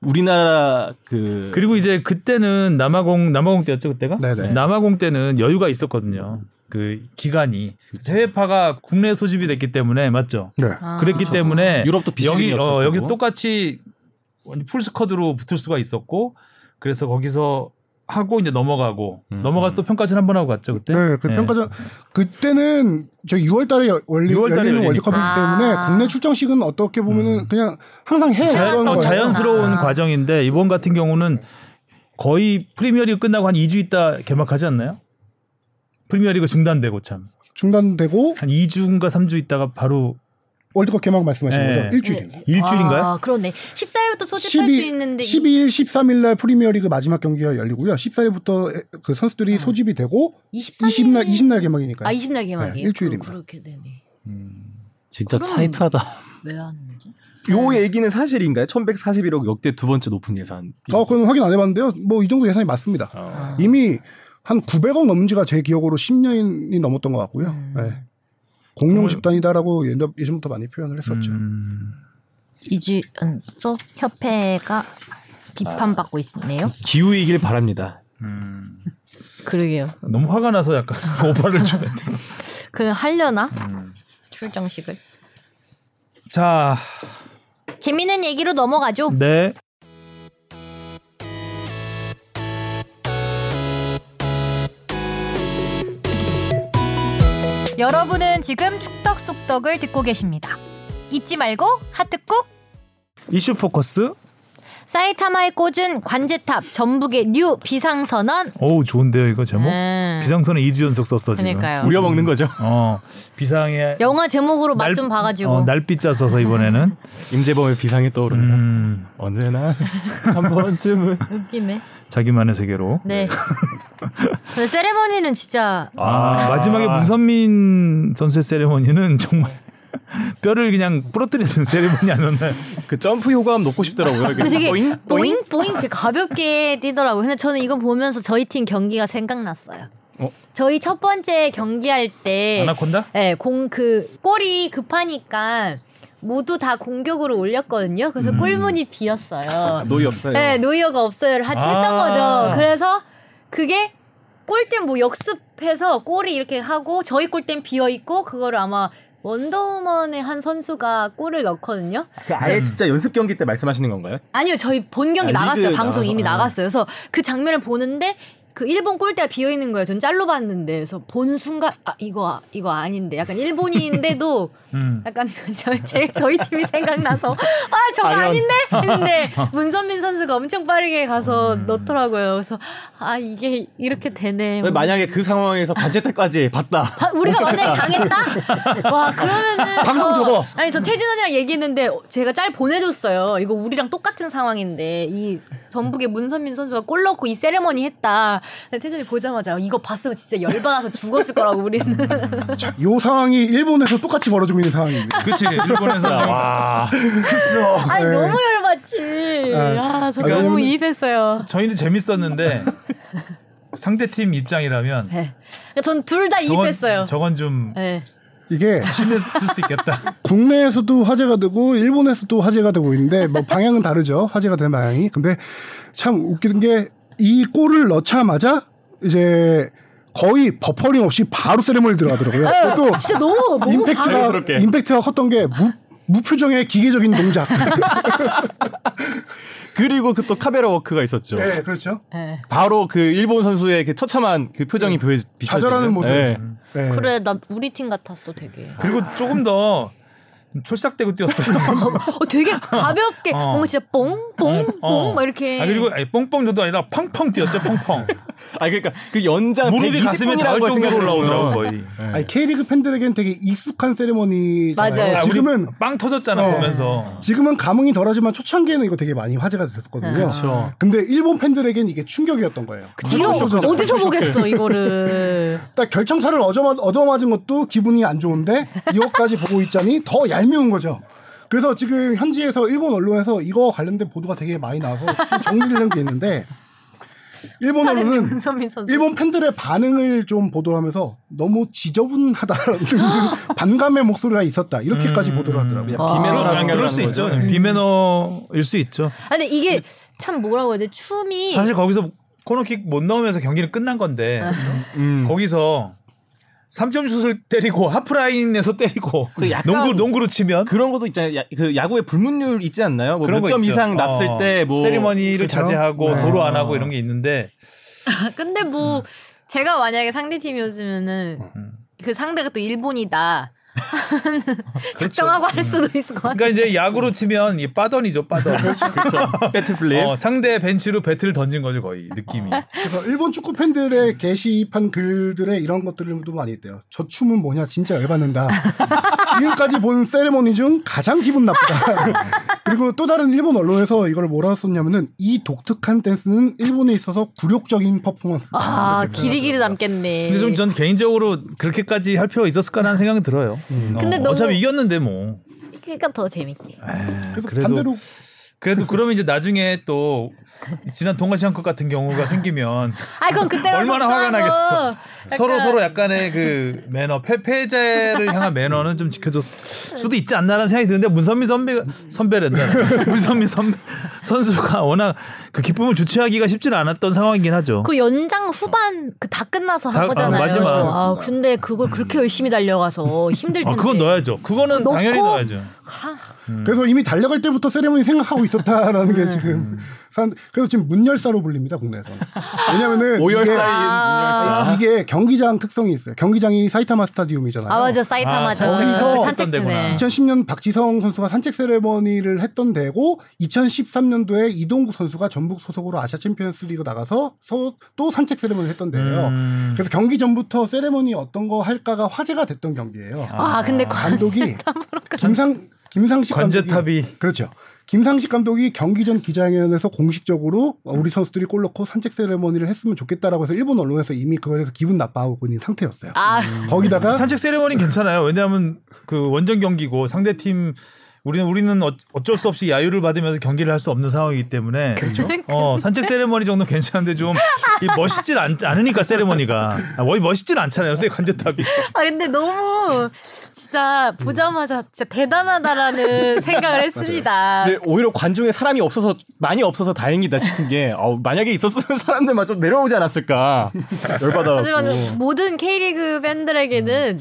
S3: 우리나라 그
S2: 그리고 이제 그때는 남아공 남아공 때였죠 그때가
S4: 네네.
S2: 남아공 때는 여유가 있었거든요 그 기간이 해외파가 국내 소집이 됐기 때문에 맞죠
S4: 네.
S1: 아.
S2: 그랬기 때문에
S3: 유럽도
S2: 여기
S3: 비시즌이었었고
S2: 어, 여기 똑같이 완전 풀스쿼드로 붙을 수가 있었고 그래서 거기서 하고 이제 넘어가고
S3: 음.
S2: 넘어가서 또 평가전 한 번 하고 갔죠 그때
S4: 네, 그
S2: 예.
S4: 평가전 그때는 저 6월 달에 원리
S2: 6월 달에
S4: 열리는
S2: 열리니까.
S4: 월드컵이기 때문에
S1: 아.
S4: 국내 출정식은 어떻게 보면은
S2: 음.
S4: 그냥 항상 해
S1: 자연-
S4: 하던
S2: 어,
S4: 거예요.
S2: 자연스러운
S1: 아.
S2: 과정인데 이번 같은 경우는 거의 프리미어리그 끝나고 한 2주 있다 개막하지 않나요? 프리미어리그 중단되고 참 한
S4: 중단되고
S2: 2주인가 3주 있다가 바로
S4: 월드컵 개막 말씀하신
S2: 예.
S4: 거죠. 일주일입니다.
S2: 일주일인가요?
S1: 아, 그러네. 14일부터 소집할 수 있는데
S4: 12일, 13일 날 프리미어리그 마지막 경기가 열리고요. 14일부터 그 선수들이 소집이 되고
S1: 음. 23일
S4: 20날 20날 개막이니까요.
S1: 아 20날 개막이에요.
S4: 네, 일주일입니다.
S1: 그럼 그렇게 되네.
S3: 음. 진짜
S1: 그럼-
S3: 타이트하다.
S1: 왜 하는 거지?
S3: 요 얘기는 사실인가요? 1141억 역대 두 번째 높은 예산.
S4: 어, 그건 확인 안 해봤는데요. 뭐 이 정도 예산이 맞습니다.
S1: 아.
S4: 이미 한 900억 넘지가 제 기억으로 10년이 넘었던 것 같고요.
S1: 음.
S4: 예. 공룡 집단이다라고 옛날- 예전부터 많이 표현을 했었죠.
S2: 음,
S1: 이주연소 협회가 비판받고 있네요.
S3: 기후 이길 바랍니다.
S2: 음.
S1: 그러게요.
S2: 너무 화가 나서 약간 오바를 좀 했다.
S1: 그 하려나?
S4: 음.
S1: 출정식을.
S2: 자,
S1: 재미있는 얘기로 넘어가죠.
S2: 네.
S1: 여러분은 지금 축덕 속덕을 듣고 계십니다. 잊지 말고 하트 꾹.
S2: 이슈 포커스.
S1: 사이타마의 꽂은 관제탑 전북의 뉴 비상선언.
S2: 오, 좋은데요, 이거 제목?
S1: 음.
S2: 뭐? 비상선에 2주 연속 썼어, 지금.
S1: 그러니까요.
S3: 우려 먹는 거죠.
S2: 어, 비상에
S1: 영화 제목으로 맛
S2: 날-
S1: 좀 봐가지고.
S2: 어, 날빛 짜서서 이번에는
S3: 음. 임재범의 비상이 떠오르는
S2: 음,
S3: 언제나 한 번쯤은
S1: 웃기네.
S2: 자기만의 세계로.
S1: 네. 그 세레머니는 진짜
S2: 아, 마지막에 문선민 선수의 세레머니는 정말 뼈를 그냥 부러뜨리는 세레머니 아니었나요?
S3: 그 점프 효과음 놓고 싶더라고요. 이렇게
S1: 근데 되게
S3: 보잉?
S1: 보잉 보잉 보잉 이렇게 가볍게 뛰더라고요. 근데 저는 이거 보면서 저희 팀 경기가 생각났어요.
S3: 어?
S1: 저희 첫 번째 경기할 때
S2: 아나콘다?
S1: 예, 공 그 골이 급하니까 모두 다 공격으로 올렸거든요. 그래서
S2: 음.
S1: 골문이 비었어요.
S3: 노이 없어요.
S1: 네, 노이어가 없어요를 하- 했던
S2: 아.
S1: 거죠. 그래서 그게 골대 뭐 역습해서 골이 이렇게 하고 저희 골대는 비어 있고 그거를 아마 원더우먼의 한 선수가 골을 넣거든요.
S3: 그 아예 진짜 연습 경기 때 말씀하시는 건가요?
S1: 아니요, 저희 본 경기
S3: 아,
S1: 나갔어요.
S3: 리그
S1: 방송 이미
S3: 나가서, 아.
S1: 나갔어요. 그래서 그 장면을 보는데 그 일본 골대가 비어 있는 거예요. 전 짤로 봤는데 그래서 본 순간 아 이거 아- 이거 아닌데 약간 일본인인데도
S2: 음.
S1: 약간 저, 제, 저희 팀이 생각나서 아 저거
S3: 당연. 어.
S1: 아닌데 했는데 문선민 선수가 엄청 빠르게 가서
S3: 음.
S1: 넣더라고요. 그래서 아 이게 이렇게 되네.
S3: 만약에 그 상황에서 관제타까지 봤다.
S1: 아, 우리가 만약에 당했다? 와, 그러면은.
S3: 방송
S1: 저-
S3: 접어.
S1: 아니, 저 태진 언니랑 얘기했는데, 제가 짤 보내줬어요. 이거 우리랑 똑같은 상황인데, 이 전북의 문선민 선수가 골 넣고 이 세레머니 했다. 근데 태진 언니 보자마자, 이거 봤으면 진짜 열받아서 죽었을 거라고, 우리는.
S4: 이 상황이 일본에서 똑같이 벌어지고 있는 상황입니다.
S2: 그치, 일본에서. 와. 했어.
S3: 네.
S1: 아니, 너무 열받지. 아, 저
S4: 아,
S1: 너무
S4: 왜냐면-
S1: 이입했어요.
S2: 저희는 재밌었는데 상대팀 입장이라면
S1: 네. 전 둘 다
S2: 저건,
S1: 이입했어요.
S2: 저건 좀
S1: 네.
S4: 이게
S2: 심했을 수 있겠다.
S4: 국내에서도 화제가 되고 일본에서도 화제가 되고 있는데 뭐 방향은 다르죠. 화제가 되는 방향이. 근데 참 웃기는 게 이 골을 넣자마자 이제 거의 버퍼링 없이 바로 세레머니 들어가더라고요. 그것도
S1: 아, 진짜 너무, 너무
S4: 임팩트가
S3: 자연스럽게.
S4: 임팩트가 컸던 게 무, 무표정의 기계적인 동작.
S3: 그리고 그 또 카베라 워크가 있었죠.
S4: 네, 그렇죠.
S1: 바- 네.
S3: 바로 그 일본 선수의 그 처참한 그 표정이
S2: 네.
S3: 보여 비춰지는
S4: 좌절하는 모습.
S3: 예.
S2: 음.
S4: 네.
S1: 그래, 나 우리 팀 같았어, 되게.
S2: 그리고 조금 더 촐싹대고 뛰었어요.
S1: 어, 되게 가볍게
S2: 어.
S1: 뭔가 진짜 뽕뽕뽕
S2: 어.
S1: 막 이렇게
S2: 아 그리고 아니, 뻥뻥도 아니라 펑펑 뛰었죠 펑펑
S3: 아 그러니까 그 연장
S2: 무릎이 가슴에 닿을
S3: 120분이라는 걸
S2: 정도로
S3: 생각해 보면
S2: 올라오더라고 거의
S3: 네.
S4: 아니 K리그 팬들에겐 되게 익숙한 세레머니.
S1: 맞아요.
S2: 아, 우리
S4: 지금은
S2: 빵 터졌잖아
S4: 어.
S2: 보면서
S4: 지금은 감흥이 덜하지만 초창기에는 이거 되게 많이 화제가 됐었거든요.
S3: 그렇죠.
S4: 근데 일본 팬들에겐 이게 충격이었던 거예요.
S1: 그 뒤로 어디서 보겠어 이거를
S4: 딱 결정타를 얻어맞, 얻어맞은 것도 기분이 안 좋은데 이것까지 보고 있자니 더 얄미운 거죠. 그래서 지금 현지에서 일본 언론에서 이거 관련된 보도가 되게 많이 나와서 좀 정리를 한 게 있는데 일본어로는
S1: 문선민 선수.
S4: 일본 팬들의 반응을 좀 보도하면서 너무 지저분하다라는 반감의 목소리가 있었다 이렇게까지
S2: 음,
S4: 보도를 하더라고요.
S3: 그냥
S1: 아.
S3: 비매너라
S2: 그럼
S3: 생각을
S2: 그럴
S3: 하는
S2: 수 있죠. 네.
S3: 거죠.
S2: 비매너일 수 있죠.
S1: 아, 근데 이게
S2: 네.
S1: 참 뭐라고 해야 돼? 춤이
S2: 사실 거기서 코너킥 못 넣으면서 경기는 끝난 건데
S3: 음.
S2: 거기서 3점 슛을 때리고 하프라인에서 때리고
S3: 그 약간-
S2: 농구 농구로 치면
S3: 그런 것도 있잖아요. 야- 그 야구의 불문율 있지 않나요?
S2: 그런 거
S3: 뭐몇점
S2: 있죠.
S3: 이상 났을
S2: 어,
S3: 때 뭐
S2: 세리머니를
S4: 그렇죠?
S2: 자제하고
S4: 네.
S2: 도로 안 하고
S3: 어.
S2: 이런 게 있는데
S1: 근데 뭐
S2: 음.
S1: 제가 만약에 상대 팀이었으면은 그 상대가 또 일본이다. 작정하고 할 수도 있을 것 같아.
S2: 그러니까 이제 야구로 치면 이 빠던이죠 빠던
S3: 그렇죠, 배트 플립.
S2: 어, 상대 벤치로 배트를 던진 거죠 거의 느낌이
S1: 아,
S4: 그래서 일본 축구 팬들의 게시판 글들에 이런 것들도 많이 있대요. 저 춤은 뭐냐 진짜 열받는다. 지금까지 본 세레모니 중 가장 기분 나쁘다. 그리고 또 다른 일본 언론에서 이걸 뭐라고 썼냐면은 이 독특한 댄스는 일본에 있어서 굴욕적인 퍼포먼스다.
S1: 아,
S4: 이렇게
S1: 길이 길이
S4: 표현하더라고요.
S1: 남겠네.
S2: 음. 근데 좀 전 개인적으로 그렇게까지 할 필요가 있었을까라는 생각이 들어요
S3: 음.
S2: 어,
S1: 근데 너무-
S2: 어차피 이겼는데 뭐
S1: 그러니까 더 재밌게.
S4: 그래서
S2: 그래도-
S4: 반대로
S2: 그래도 그러면 이제 나중에 또 지난 동아시안컵 같은 경우가 생기면
S1: 아, 그건 그때 가서
S2: 얼마나
S1: 또
S2: 화가 나겠어.
S1: 한번
S2: 서로 서로 약간의 그 매너 패패자를 향한 매너는 좀 지켜줬을 수도 있지 않나라는 생각이 드는데 문선민 선배가 선배란다 문선민 선배 선수가 워낙 그 기쁨을 주체하기가 쉽지 않았던 상황이긴 하죠.
S1: 그 연장 후반 그 다 끝나서 한
S2: 다- 아,
S1: 거잖아요.
S2: 마지막.
S1: 아, 근데 그걸 그렇게 열심히 달려가서 힘들 텐데.
S2: 아 그건 넣어야죠. 그거는
S1: 넣고?
S2: 당연히 넣어야죠.
S1: 하,
S4: 그래서 이미 달려갈 때부터 세레모니 생각하고 있었다라는 게 지금 산- 그래서 지금 문열사로 불립니다 국내에서 왜냐면은
S3: 오열사인
S1: 아.
S4: 이게, 이게 경기장 특성이 있어요 경기장이 사이타마 스타디움이잖아요
S1: 아 맞아 사이타마
S2: 아,
S1: 저
S2: 산책,
S4: 산책
S2: 했던 데구나.
S4: 2010년 박지성 선수가 산책 세레머니를 했던 데고 2013년도에 이동국 선수가 전북 소속으로 아시아 챔피언스 리그 나가서 서- 또 산책 세레머니를 했던 데예요
S2: 음.
S4: 그래서 경기 전부터 세레머니 어떤 거 할까가 화제가 됐던 경기예요
S1: 아 근데 관
S4: 감독이 김상 김상식
S2: 관제탑이.
S4: 감독이 그렇죠. 김상식 감독이 경기 전 기자회견에서 공식적으로 어, 우리 선수들이 골 넣고 산책 세레머니를 했으면 좋겠다라고 해서 일본 언론에서 이미 그거에 대해서 기분 나빠하고 있는 상태였어요.
S1: 아
S4: 거기다가
S2: 산책 세레머니 괜찮아요. 왜냐하면 그 원정 경기고 상대 팀 우리는 우리는 어- 어쩔 수 없이 야유를 받으면서 경기를 할 수 없는 상황이기 때문에
S1: 그렇죠.
S2: 어, 산책 세레머니 정도 괜찮은데 좀 이 멋있진 않, 않으니까 세레머니가 아, 뭐- 멋있진 않잖아요. 세 관제탑이.
S1: 아 근데 너무 진짜 보자마자 진짜 대단하다라는 생각을 했습니다.
S2: 네.
S3: 근데 오히려 관중에 사람이 없어서 많이 없어서 다행이다 싶은 게 어, 만약에 있었으면 사람들만 좀 내려오지 않았을까
S1: 하지만
S2: 어.
S3: 열받아갖고
S1: 모든 K리그 팬들에게는
S3: 아유.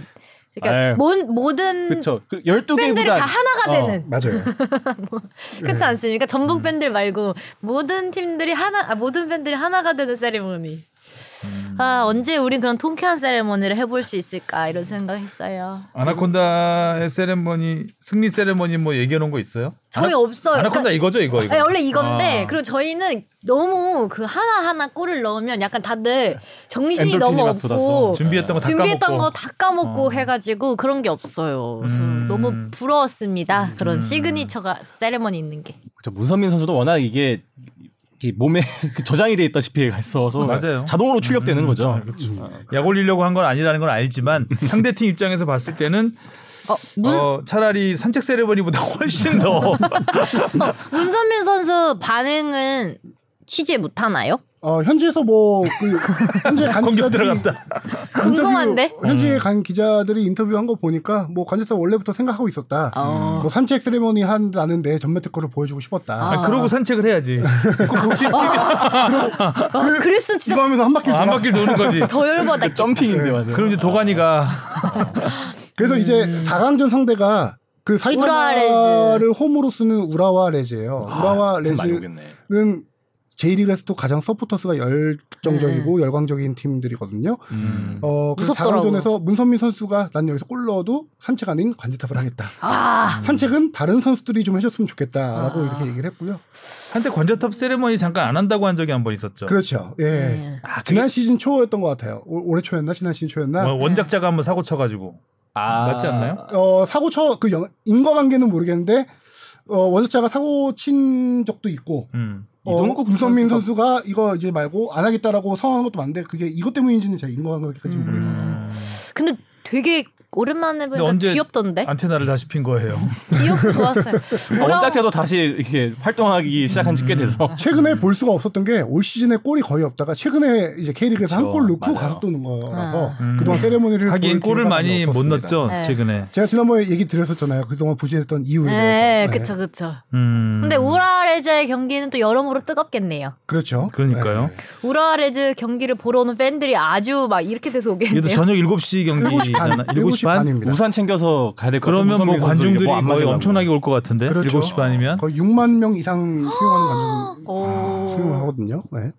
S2: 예.
S1: 그러니까 모, 모든
S3: 그쵸 그 12개
S1: 팬들이
S3: 구단
S1: 다 하나가
S3: 어.
S1: 되는
S4: 맞아요.
S2: 네.
S1: 그렇지 않습니까?
S2: 음.
S1: 전북 팬들 말고 모든 팀들이 하나 아, 모든 팬들이 하나가 되는 세리머니.
S2: 음.
S1: 아 언제 우린 그런 통쾌한 세리머니를 해볼 수 있을까 이런 생각했어요.
S2: 아나콘다의 세레머니 승리 세레머니 뭐 얘기해 놓은 거 있어요?
S1: 저희 없어요.
S2: 아나콘다
S1: 그러니까-
S2: 이거죠 이거 이거.
S1: 아니, 원래 이건데
S2: 아.
S1: 그리고 저희는 너무 그 하나 하나 골을 넣으면 약간 다들 정신이
S3: 엔돌핀이
S1: 너무
S3: 막
S1: 없고
S3: 돋아서.
S2: 준비했던 뭐 거다
S1: 준비했던
S2: 까먹고. 어.
S1: 거 다 까먹고 해가지고 그런 게 없어요. 그래서
S2: 음.
S1: 너무 부러웠습니다. 그런 시그니처가 세레머니 있는 게.
S3: 그쵸, 문선민 선수도 워낙 이게 이 몸에 그 저장이 돼 있다시피 있어서
S2: 맞아요. 음. 아, 그렇죠.
S3: 자동으로 출력되는 거죠. 어.
S2: 약 올리려고 한 건 아니라는 건 알지만 상대팀 입장에서 봤을 때는
S1: 어, 문,
S2: 어, 차라리 산책 세레머니보다 훨씬 더
S1: 문선민 선수 반응은 취재 못 하나요?
S4: 어, 현지에서 뭐 그, 현재 간
S2: 공격
S4: 기자들이
S2: 들어갔다. 음.
S4: 인터뷰-
S1: 궁금한데?
S4: 현지에 간 기자들이 인터뷰한 거 보니까 뭐 관제탑 원래부터 생각하고 있었다.
S1: 어.
S4: 뭐 산책 세레머니 한다는데 전매특 거를 보여주고 싶었다.
S2: 아, 그러고 산책을 해야지. 어. 그럼 뛰- 뛰면
S1: 아, 그랬으면
S4: 이거
S1: 진짜
S4: 하면서 한 바퀴
S2: 한
S4: 돌아.
S2: 바퀴 도는 거지.
S1: 더 열받아.
S3: 점핑인데 맞아요.
S2: 네. 그럼 이제 도가니가
S4: 그래서 이제
S1: 음.
S4: 4강전 상대가 그 사이타마를 홈으로 쓰는 우라와 레즈예요. 우라와
S3: 돈 아, 많이
S4: 레즈는
S3: 오겠네.
S4: J리그에서 또 가장 서포터스가 열정적이고 열광적인 팀들이거든요.
S2: 음.
S3: 아,
S4: 어, 그래서
S1: 네. 무섭더라고.
S4: 4강전에서 문선민 선수가 난 여기서 골 넣어도 산책 아닌 관제탑을 하겠다.
S1: 아,
S4: 산책은 다른 선수들이 좀 해줬으면 좋겠다라고
S1: 아.
S4: 이렇게 얘기를 했고요.
S2: 한때 관저탑 세레머니 잠깐 안 한다고 한 적이 한 번 있었죠.
S4: 그렇죠. 예.
S1: 네.
S2: 아,
S4: 지난 시즌 초였던 것 같아요. 올- 올해 초였나 지난 시즌 초였나?
S2: 뭐 원- 원작자가 한번 사고 쳐가지고
S3: 아,
S2: 맞지 않나요?
S4: 어, 사고 쳐그 인과관계는 모르겠는데 어, 원자가 사고 친 적도 있고
S2: 음.
S4: 어,
S3: 이동국
S4: 유선민
S3: 선수가-
S4: 선수가 이거 이제 말고 안 하겠다라고 선언한 것도 맞는데 그게 이것 때문인지는 제가 인과관계까지 는
S1: 음.
S4: 모르겠어요.
S1: 근데 되게 오랜만에
S2: 근데
S1: 보니까
S2: 언제 아.
S1: 귀엽던데.
S2: 안테나를 다시 핀 거예요.
S1: 귀엽고 좋았어요. 뭐라고
S3: 원작자도 다시 이렇게 활동하기 시작한 지 꽤 돼서
S4: 최근에 볼 수가 없었던 게 올 시즌에 골이 거의 없다가 최근에 이제 K리그에서 한 골
S3: 그렇죠.
S4: 넣고
S3: 맞아요.
S4: 가서 또는 거라서
S2: 음.
S4: 그동안 세레모니를
S2: 하긴
S4: 볼
S2: 골을
S4: 기회가
S2: 많이 못
S4: 없었습니다.
S2: 넣었죠
S1: 네.
S2: 최근에.
S4: 제가 지난번에 얘기 드렸었잖아요. 그동안 부진했던 이유에 대해서.
S1: 네,
S4: 네.
S1: 그쵸, 그쵸.
S2: 음,
S1: 근데 우라레즈의 경기는 또 여러모로 뜨겁겠네요.
S4: 그렇죠.
S2: 그러니까요.
S1: 우라레즈 경기를 보러 오는 팬들이 아주 막 이렇게 돼서
S2: 이게
S1: 오겠네요.
S2: 저녁 7시 경기잖아. 네.
S4: 7시 반입니다.
S3: 우산 챙겨서 가야 될 것 같아요.
S2: 그러면 뭐
S3: 문선민 선수 이제
S2: 관중들이
S3: 뭐안
S2: 거의
S3: 맞으려고.
S2: 엄청나게 올 것 같은데.
S4: 그렇죠.
S2: 7시 반이면
S4: 거의 6만 명 이상 수용하는 관중
S1: 오.
S4: 수용하거든요. 네.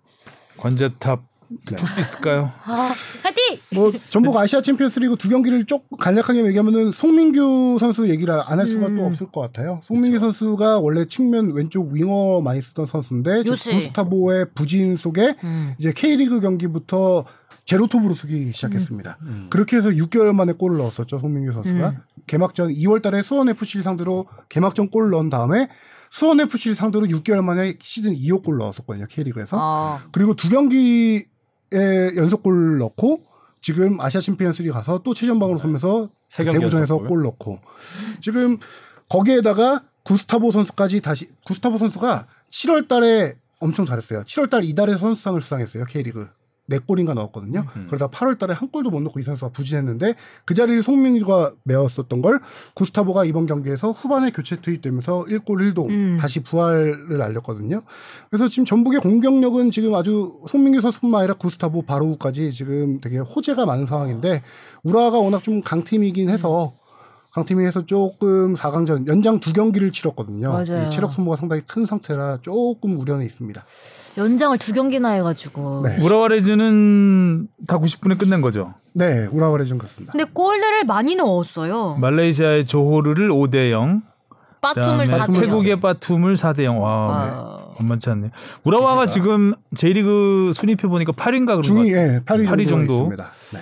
S2: 관제탑 풀수 있을까요?
S1: 아, 화이팅!
S4: 뭐 전북 아시아 챔피언스리그 두 경기를 쭉 간략하게 얘기하면은 송민규 선수 얘기를 안 할 수가 또 없을 것 같아요. 송민규 선수가 원래 측면 왼쪽 윙어 많이 쓰던 선수인데 지금
S1: 요새.
S4: 구스타보의 부진 속에
S1: 음.
S4: 이제 K리그 경기부터 제로톱으로 쓰기 시작했습니다. 그렇게 해서 6개월 만에 골을 넣었었죠. 송민규 선수가
S1: 음.
S4: 개막전 2월달에 수원 FC를 상대로 개막전 골을 넣은 다음에 수원 FC를 상대로 6개월 만에 시즌 2호 골 넣었었거든요. K리그에서
S1: 어.
S4: 그리고 두 경기에 연속골 넣고 지금 아시아 챔피언스리 가서 또 최전방으로 서면서
S3: 네. 세 경기
S4: 대구전에서
S3: 연속골.
S4: 골 넣고 지금 거기에다가 구스타보 선수까지 다시 구스타보 선수가 7월 달에 엄청 잘했어요. 7월 달 이달에 선수상을 수상했어요. K리그. 네 골인가 넣었거든요.
S3: 음,
S4: 그러다 8월 달에 한 골도 못 넣고 이 선수가 부진했는데 그 자리를 송민규가 메웠었던 걸 구스타보가 이번 경기에서 후반에 교체 투입되면서 1골 1도
S1: 음.
S4: 다시 부활을 알렸거든요. 그래서 지금 전북의 공격력은 지금 아주 송민규 선수뿐만 아니라 구스타보 바로우까지 지금 되게 호재가 많은 상황인데 우라가 워낙 좀 강팀이긴 해서 강팀이 해서 조금 4강전 연장 두 경기를 치렀거든요.
S1: 맞아요.
S4: 이 체력 소모가 상당히 큰 상태라 조금 우려는 있습니다.
S1: 연장을 두 경기나 해가지고.
S4: 네.
S2: 우라와레즈는 다 90분에 끝낸 거죠.
S4: 네, 우라와 레전 같습니다.
S1: 근데 골들을 많이
S2: 네.
S1: 넣었어요.
S2: 말레이시아의 조호르를 5대 0,
S1: 빠툼을 아.
S2: 그다음에
S1: 사대
S4: 사대 태국이-
S2: 태국의 바툼을 4대 0. 와, 네. 만만치 않네. 우라와가 지금 J리그 순위표 보니까 8인가 그런 것
S4: 중위
S2: 같아요.
S4: 예, 8위,
S2: 팔위
S4: 정도
S2: 정도.
S4: 있습니다. 네.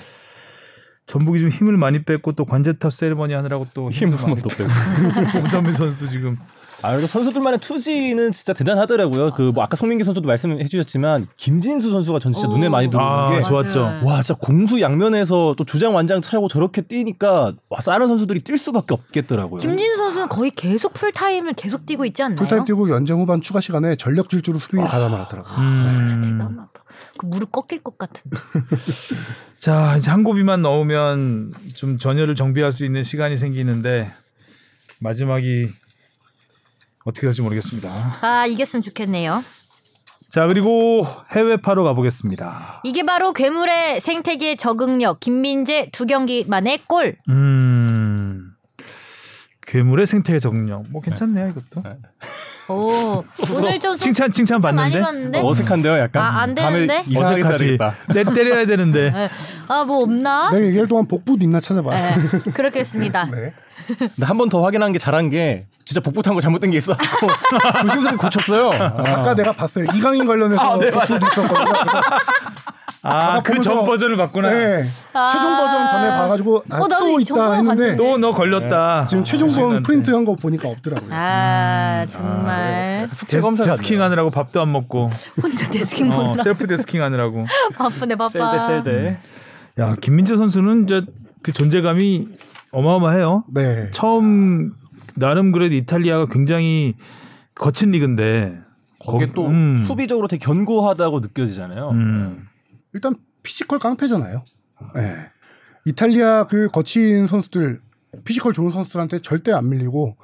S2: 전북이 좀 힘을 많이 뺐고 또 관제탑 세리머니 하느라고 또 힘도 많이
S3: 또 빼고.
S2: 뺐고. 문선민 선수도 지금
S3: 아, 그래도 선수들만의 투지는 진짜 대단하더라고요. 그 뭐 아까 송민기 선수도 말씀해 주셨지만 김진수 선수가 전 진짜
S1: 오.
S3: 눈에 많이 들어오는
S2: 아,
S3: 게
S2: 좋아. 좋았죠.
S1: 맞아요.
S3: 와, 진짜 공수 양면에서 또 주장 완장 차고 저렇게 뛰니까 와, 다른 선수들이 뛸 수밖에 없겠더라고요.
S1: 김진수 선수는 거의 계속 풀타임을 계속 뛰고 있지 않나요?
S4: 풀타임 뛰고 연장 후반 추가 시간에 전력 질주로 수비를 가담을 하더라고요. 음.
S1: 너무 아파. 그 무릎 꺾일 것 같은.
S2: 자, 이제 한 고비만 넣으면 좀 전열을 정비할 수 있는 시간이 생기는데 마지막이 어떻게 될지 모르겠습니다.
S1: 아 이겼으면 좋겠네요.
S2: 자, 그리고 해외파로 가보겠습니다.
S1: 이게 바로 괴물의 생태계 적응력 김민재 두 경기 만에 골.
S2: 음. 괴물의 생태계 적응력. 뭐 괜찮네요, 이것도.
S1: 오 오늘 좀 소-
S2: 칭찬 칭찬
S1: 많이
S2: 받는데.
S1: 받는데.
S3: 어, 어색한데요, 약간.
S1: 네? 아, 안 되는데?
S3: 다음에 이상하게 네.
S2: 어색하지.
S3: 써야겠다.
S2: 때 때려야 되는데.
S1: 아 뭐 없나?
S4: 내가 얘기할 동안 네, 복부 있나 찾아봐.
S1: 네, 그렇겠습니다.
S4: 네.
S3: 근데 한 번 더 확인한 게 잘한 게 진짜 복붙한 거 잘못된 게 있어. 조심스럽게 고쳤어요.
S4: 아까 내가 봤어요. 이강인 관련해서 복부 있었거든요. 그래서
S2: 아, 그 전
S4: 보면서-
S2: 버전을 봤구나.
S4: 네.
S1: 아.
S4: 최종 버전 전에 봐가지고 아,
S1: 어, 나도
S4: 또
S1: 이
S4: 있다
S1: 정보는
S4: 했는데
S2: 또 너
S3: 네.
S2: 걸렸다. 아, 네.
S4: 지금 최종 버전 프린트한 거 보니까 없더라고요.
S1: 아 정말
S3: 숙제 검사
S2: 데스킹 하느라고 밥도 안 먹고
S1: 혼자 데스킹
S2: 어,
S1: 보느라
S2: 셀프 데스킹 하느라고 음.
S1: 바쁘네 바빠.
S3: 셀대 셀대.
S2: 야 김민재 선수는 이제 그 존재감이 어마어마해요.
S4: 네.
S2: 처음 나름 그래도 이탈리아가 굉장히 거친 리그인데
S3: 거기
S2: 거기-
S3: 또
S2: 음.
S3: 수비적으로 되게 견고하다고 느껴지잖아요.
S2: 음.
S4: 일단 피지컬 깡패잖아요. 예. 이탈리아 그 거친 선수들 피지컬 좋은 선수들한테 절대 안 밀리고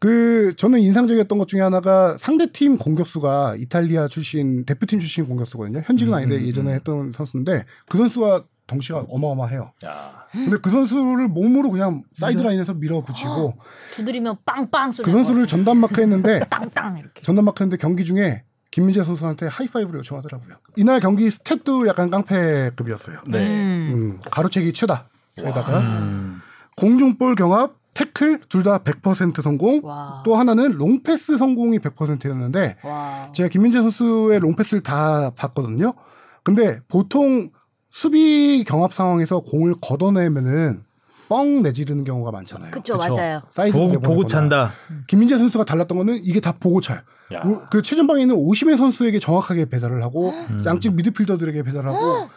S4: 그 저는 인상적이었던 것 중에 하나가 상대 팀 공격수가 이탈리아 출신 대표팀 출신 공격수거든요. 현직은 아닌데 예전에 했던 선수인데 그 선수가 덩치가 어마어마해요.
S3: 야.
S4: 근데 그 선수를 몸으로 그냥 사이드 라인에서 밀어붙이고
S1: 아, 두드리면 빵빵 소리.
S4: 그 선수를 전담 마크했는데
S1: 땅땅 이렇게.
S4: 전담 마크했는데 경기 중에 김민재 선수한테 하이파이브를 요청하더라고요. 이날 경기 스탯도 약간 깡패급이었어요.
S3: 네.
S1: 음.
S4: 음, 가로채기 최다. 에다가
S3: 음.
S4: 공중볼 경합, 태클 둘 다 100% 성공.
S1: 와.
S4: 또 하나는 롱패스 성공이 100%였는데
S1: 와.
S4: 제가 김민재 선수의 롱패스를 다 봤거든요. 근데 보통 수비 경합 상황에서 공을 걷어내면은 뻥 내지르는 경우가 많잖아요.
S1: 그쵸,
S3: 그쵸.
S1: 맞아요.
S4: 사이드
S2: 보고 보고 찬다.
S4: 음. 김민재 선수가 달랐던 거는 이게 다 보고 차요.
S3: 야.
S4: 우-
S1: 어?
S4: 그 최전방에 있는 오시메 선수에게 정확하게 배달을 하고 양측 미드필더들에게 배달하고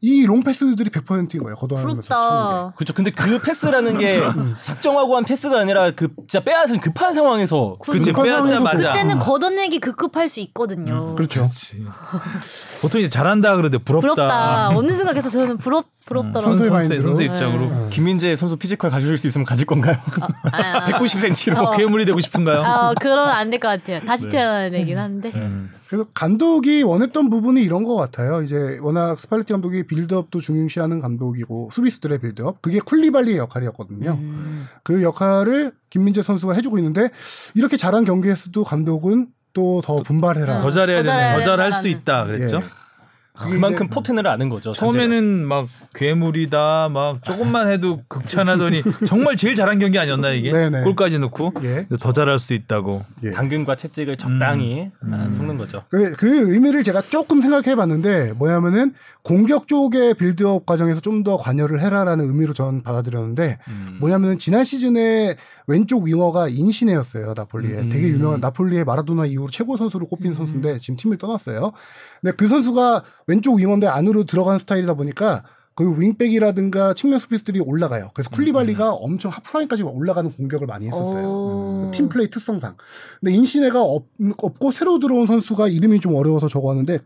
S4: 이 롱패스들이 100%인 거예요. 거둬하면서
S1: 부럽다.
S3: 그렇죠. 근데 그 패스라는 게 작정하고 한 패스가 아니라 그 진짜 빼앗은 급한 상황에서
S2: 그치
S4: 그
S2: 빼앗자마자
S1: 그때는 걷어내기 급급할 수 있거든요.
S4: 그렇죠.
S2: 그치. 보통 이제 잘한다 그러는데 부럽다. 네.
S1: 부럽다. 어느 순간 계속 저는 부럽 부럽더라고요.
S4: 선수의
S2: 선수,
S4: 마인드로.
S2: 선수 입장으로
S3: 김민재 선수 피지컬 가질 수 있으면 가질 건가요?
S1: 아,
S4: 네.
S3: 190cm로.
S2: 어, 괴물이 되고 싶은가요?
S1: 아, 그런 안 될 것 같아요. 다시 태어나야 되긴 한데.
S4: 음, 그래서 감독이 원했던 부분이 이런 것 같아요. 이제 워낙 스팔레티 감독이 빌드업도 중요시하는 감독이고 수비수들의 빌드업 그게 쿨리발리의 역할이었거든요.
S1: 음.
S4: 그 역할을 김민재 선수가 해주고 있는데 이렇게 잘한 경기에서도 감독은 또 더 분발해라.
S2: 더 잘해야
S1: 더
S2: 되는
S1: 잘해야
S2: 아, 더 잘할 수
S1: 된다는.
S2: 있다 그랬죠.
S4: 예. 그게
S3: 그만큼
S4: 이제
S3: 포텐을 아는 거죠. 잠재가.
S2: 처음에는 막 괴물이다 막 조금만 해도 극찬하더니 정말 제일 잘한 경기 아니었나 이게
S4: 네네.
S2: 골까지 넣고
S4: 예.
S2: 더 잘할 수 있다고
S3: 예. 당근과 채찍을
S2: 음.
S3: 적당히 아, 섞는 거죠.
S4: 그, 그 의미를 제가 조금 생각해 봤는데 뭐냐면은 공격 쪽의 빌드업 과정에서 좀 더 관여를 해라라는 의미로 전 받아들였는데 뭐냐면은 지난 시즌에 왼쪽 윙어가 인시네였어요 나폴리에 되게 유명한 나폴리의 마라도나 이후로 최고 선수로 꼽힌 선수인데 지금 팀을 떠났어요. 근데 그 선수가 왼쪽 윙어인데 안으로 들어간 스타일이다 보니까 그 윙백이라든가 측면 수비수들이 올라가요. 그래서 쿨리발리가 엄청 하프라인까지 올라가는 공격을 많이 음. 했었어요. 음,
S1: 오.
S4: 팀 플레이 특성상. 근데 인신애가 없, 없고 새로 들어온 선수가 이름이 좀 어려워서 적어왔는데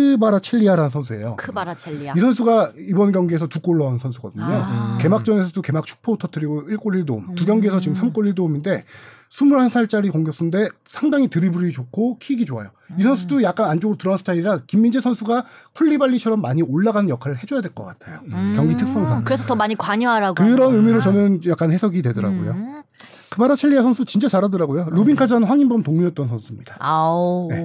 S4: 크바라첼리아라는 선수예요.
S1: 크바라첼리아.
S4: 이 선수가 이번 경기에서 두 골 넣은 선수거든요. 음,
S1: 아.
S4: 개막전에서도 개막 축포 터뜨리고 1골 1도움. 두
S1: 음.
S4: 경기에서 지금 3골 1도움인데 21살짜리 공격수인데 상당히 드리블이 좋고 킥이 좋아요. 이
S1: 음.
S4: 선수도 약간 안쪽으로 들어간 스타일이라 김민재 선수가 쿨리발리처럼 많이 올라가는 역할을 해줘야 될 것 같아요.
S1: 음.
S4: 경기 특성상.
S1: 그래서 더 많이 관여하라고.
S4: 그런
S1: 하는 거구나.
S4: 의미로 저는 약간 해석이 되더라고요.
S1: 음.
S4: 크바라첼리아 선수 진짜 잘하더라고요. 루빈 카잔 황인범 동료였던 선수입니다.
S1: 아오.
S4: 네.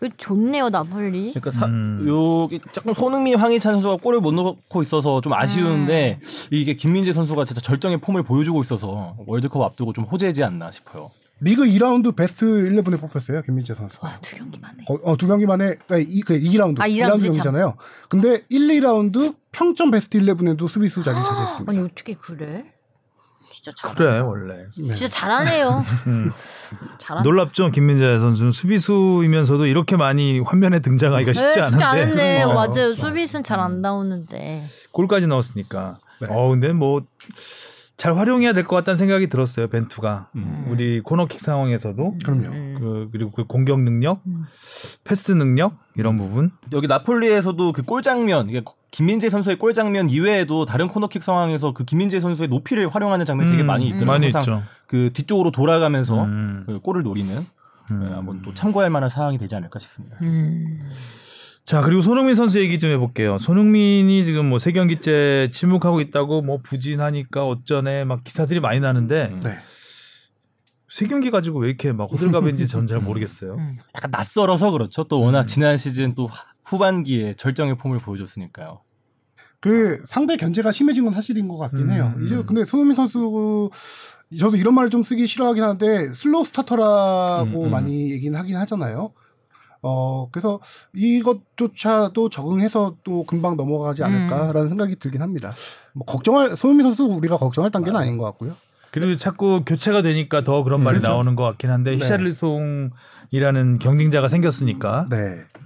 S1: 이거 좋네요 나폴리.
S3: 그러니까 사,
S2: 음.
S3: 요게 조금 손흥민, 황희찬 선수가 골을 못 넣고 있어서 좀 아쉬운데
S2: 음.
S3: 이게 김민재 선수가 진짜 절정의 폼을 보여주고 있어서 월드컵 앞두고 좀 호재지 않나 싶어요.
S4: 리그 2라운드 베스트 11에 뽑혔어요. 김민재 선수.
S1: 와 두 경기만 해.
S4: 거- 어, 두 경기만에 아, 이, 그 2라운드,
S1: 아, 이
S4: 2라운드
S1: 라운드
S4: 경기잖아요. 근데 1, 2라운드 평점 베스트 11에도 수비수
S1: 아니
S4: 자리를 차지했습니다.
S1: 어떻게 그래? 진짜 잘.
S2: 그래 원래
S1: 진짜 잘하네요. 잘한.
S2: 놀랍죠 김민재 선수는 수비수이면서도 이렇게 많이 환면에 등장하기가
S1: 네,
S2: 쉽지
S1: 진짜
S2: 않은데
S1: 아는데
S2: 어,
S1: 맞아요. 수비수는 잘 안 나오는데.
S2: 골까지 넣었으니까
S4: 네.
S2: 어 근데 뭐 잘 활용해야 될 것 같다는 생각이 들었어요 벤투가
S3: 음.
S2: 우리 코너킥 상황에서도
S1: 음.
S4: 그럼요.
S2: 그, 그리고 그 공격 능력 패스 능력 이런 부분
S3: 여기 나폴리에서도 그 골 장면, 이게 김민재 선수의 골 장면 이외에도 다른 코너킥 상황에서 그 김민재 선수의 높이를 활용하는 장면이 되게
S2: 음,
S3: 많이 있더라고요.
S2: 많이
S3: 항상
S2: 있죠.
S3: 그 뒤쪽으로 돌아가면서
S2: 음.
S3: 그 골을 노리는
S2: 음.
S3: 네, 한번 또 참고할 만한 상황이 되지 않을까
S2: 그
S3: 싶습니다.
S1: 음.
S2: 자 그리고 손흥민 선수 얘기 좀 해볼게요. 손흥민이 지금 뭐 세 경기째 침묵하고 있다고 뭐 부진하니까 어쩌네 막 기사들이 많이
S3: 음.
S2: 나는데
S4: 네.
S2: 세 경기 가지고 왜 이렇게 막 호들갑인지 전 잘 모르겠어요.
S3: 약간 낯설어서 그렇죠. 또 워낙 지난 시즌 또 하- 후반기에 절정의 폼을 보여줬으니까요.
S4: 그 상대 견제가 심해진 건 사실인 것 같긴
S2: 음,
S4: 해요.
S2: 음.
S4: 이제 근데 손흥민 선수 저도 이런 말을 좀 쓰기 싫어하긴 하는데 슬로우 스타터라고
S2: 음, 음.
S4: 많이 얘기는 하긴 하잖아요. 어 그래서 이것조차도 적응해서 또 금방 넘어가지 않을까라는 생각이 들긴 합니다. 뭐 걱정할 손흥민 선수 우리가 걱정할 단계는 아닌 것 같고요.
S2: 그리고 자꾸 교체가 되니까 더 그런 말이
S4: 그렇죠.
S2: 나오는 것 같긴 한데 히샬리송이라는 경쟁자가 생겼으니까.
S4: 네.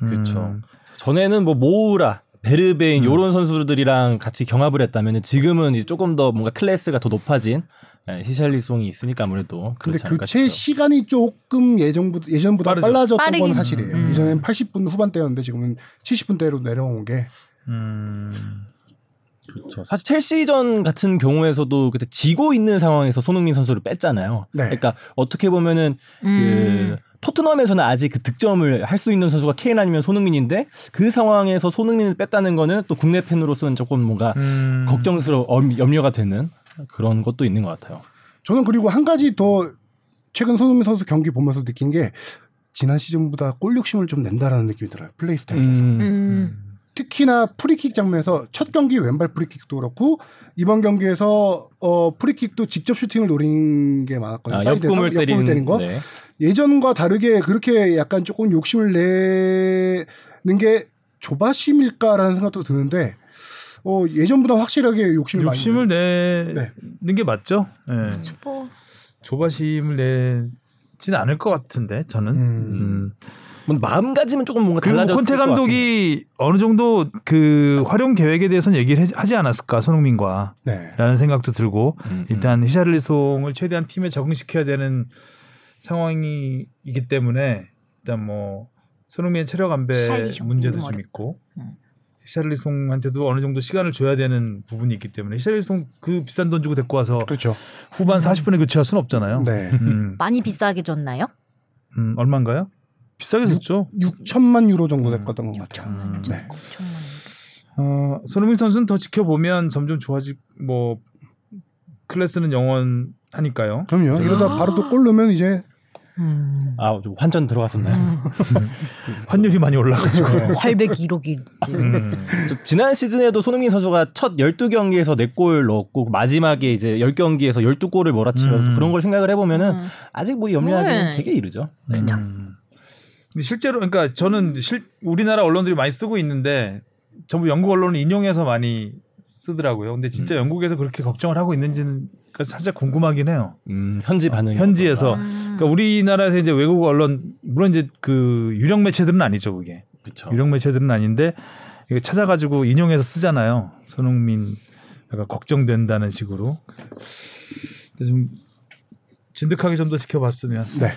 S2: 음.
S3: 그렇죠. 전에는 뭐 모우라, 베르베인 요런 선수들이랑 같이 경합을 했다면 지금은 이제 조금 더 뭔가 클래스가 더 높아진 예, 히샬리송이 있으니까 아무래도
S4: 근데
S3: 그렇지 않을까
S4: 교체
S3: 싶어요.
S4: 시간이 조금 예전보다 예전보다
S2: 빠르죠.
S4: 빨라졌던 건
S1: 빠르긴.
S4: 사실이에요.
S1: 음.
S4: 이전엔 80분 후반대였는데 지금은 70분대로 내려온 게
S2: 음.
S3: 그렇죠. 사실 첼시전 같은 경우에서도 그때 지고 있는 상황에서 손흥민 선수를 뺐잖아요.
S4: 네.
S3: 그러니까 어떻게 보면은
S2: 예.
S1: 음.
S3: 그 토트넘에서는 아직 그 득점을 할 수 있는 선수가 케인 아니면 손흥민인데 그 상황에서 손흥민을 뺐다는 거는 또 국내 팬으로서는 조금 뭔가
S2: 음.
S3: 걱정스러워 엄- 염려가 되는 그런 것도 있는 것 같아요.
S4: 저는 그리고 한 가지 더 최근 손흥민 선수 경기 보면서 느낀 게 지난 시즌보다 골 욕심을 좀 낸다라는 느낌이 들어요. 플레이 스타일.
S1: 음.
S4: 특히나 프리킥 장면에서 첫 경기 왼발 프리킥도 그렇고 이번 경기에서 어 프리킥도 직접 슈팅을 노린 게 많았거든요.
S3: 아,
S4: 사이드에서
S3: 역금을 때리는
S4: 거.
S3: 네.
S4: 예전과 다르게 그렇게 약간 조금 욕심을 내는 게 조바심일까라는 생각도 드는데 어 예전보다 확실하게 욕심을 많이
S2: 욕심을 내는 게 맞죠. 예.
S1: 뭐.
S2: 조바심을 내진 않을 것 같은데 저는.
S4: 음.
S2: 음.
S3: 뭐 마음가짐은 조금 뭔가
S2: 그리고
S3: 달라졌을
S2: 콘테
S3: 것 같아요.
S2: 감독이 어느 정도 그 활용 계획에 대해서는 얘기를 해- 하지 않았을까 손흥민과
S4: 네.
S2: 라는 생각도 들고
S3: 음, 음.
S2: 일단 히샬리송을 최대한 팀에 적응시켜야 되는 상황이기 때문에 일단 뭐 손흥민의 체력 안배
S1: 히샬리송,
S2: 문제도
S1: 이름
S2: 좀
S1: 어렵다.
S2: 있고
S1: 음.
S2: 히샬리송한테도 어느 정도 시간을 줘야 되는 부분이 있기 때문에 히샬리송 그 비싼 돈 주고 데리고 와서
S4: 그렇죠.
S2: 후반 40분에 교체할 수는 없잖아요.
S4: 네.
S2: 음,
S1: 많이 비싸게 줬나요?
S2: 음, 얼마인가요? 비싸게 줬죠.
S4: 6천만 유로 정도 됐던 것 같아요.
S1: 정말
S2: 음,
S1: 좀
S4: 네.
S1: 엄청난.
S2: 어, 손흥민 선수는 더 지켜보면 점점 좋아지 뭐 클래스는 영원하니까요.
S4: 그럼요. 이러다 바로 또 골 넣으면 이제
S1: 음.
S3: 아, 좀 환전 들어갔었나요?
S2: 네. 환율이 많이 올라가지고.
S1: 활백 1억이
S2: 어, 음.
S3: 저 지난 시즌에도 손흥민 선수가 첫 12경기에서 4골 넣었고 마지막에 이제 10경기에서 12골을 몰아치면서
S2: 음.
S3: 그런 걸 생각을 해 보면은
S1: 음.
S3: 아직 뭐 염려하기는
S1: 네.
S3: 되게 이르죠.
S2: 음. 근데 실제로 그러니까 저는 실 우리나라 언론들이 많이 쓰고 있는데 전부 영국 언론을 인용해서 많이 쓰더라고요. 근데 진짜 영국에서 그렇게 걱정을 하고 있는지는 그러니까 살짝 궁금하긴 해요.
S3: 음, 현지 반응.
S2: 현지에서
S1: 음.
S2: 그러니까 우리나라에서 이제 외국 언론 물론 이제 그 유력 매체들은 아니죠 그게
S3: 그렇죠.
S2: 유력 매체들은 아닌데 이거 찾아가지고 인용해서 쓰잖아요. 손흥민 약간 걱정된다는 식으로 근데 좀 진득하게 좀 더 지켜봤으면.
S4: 네.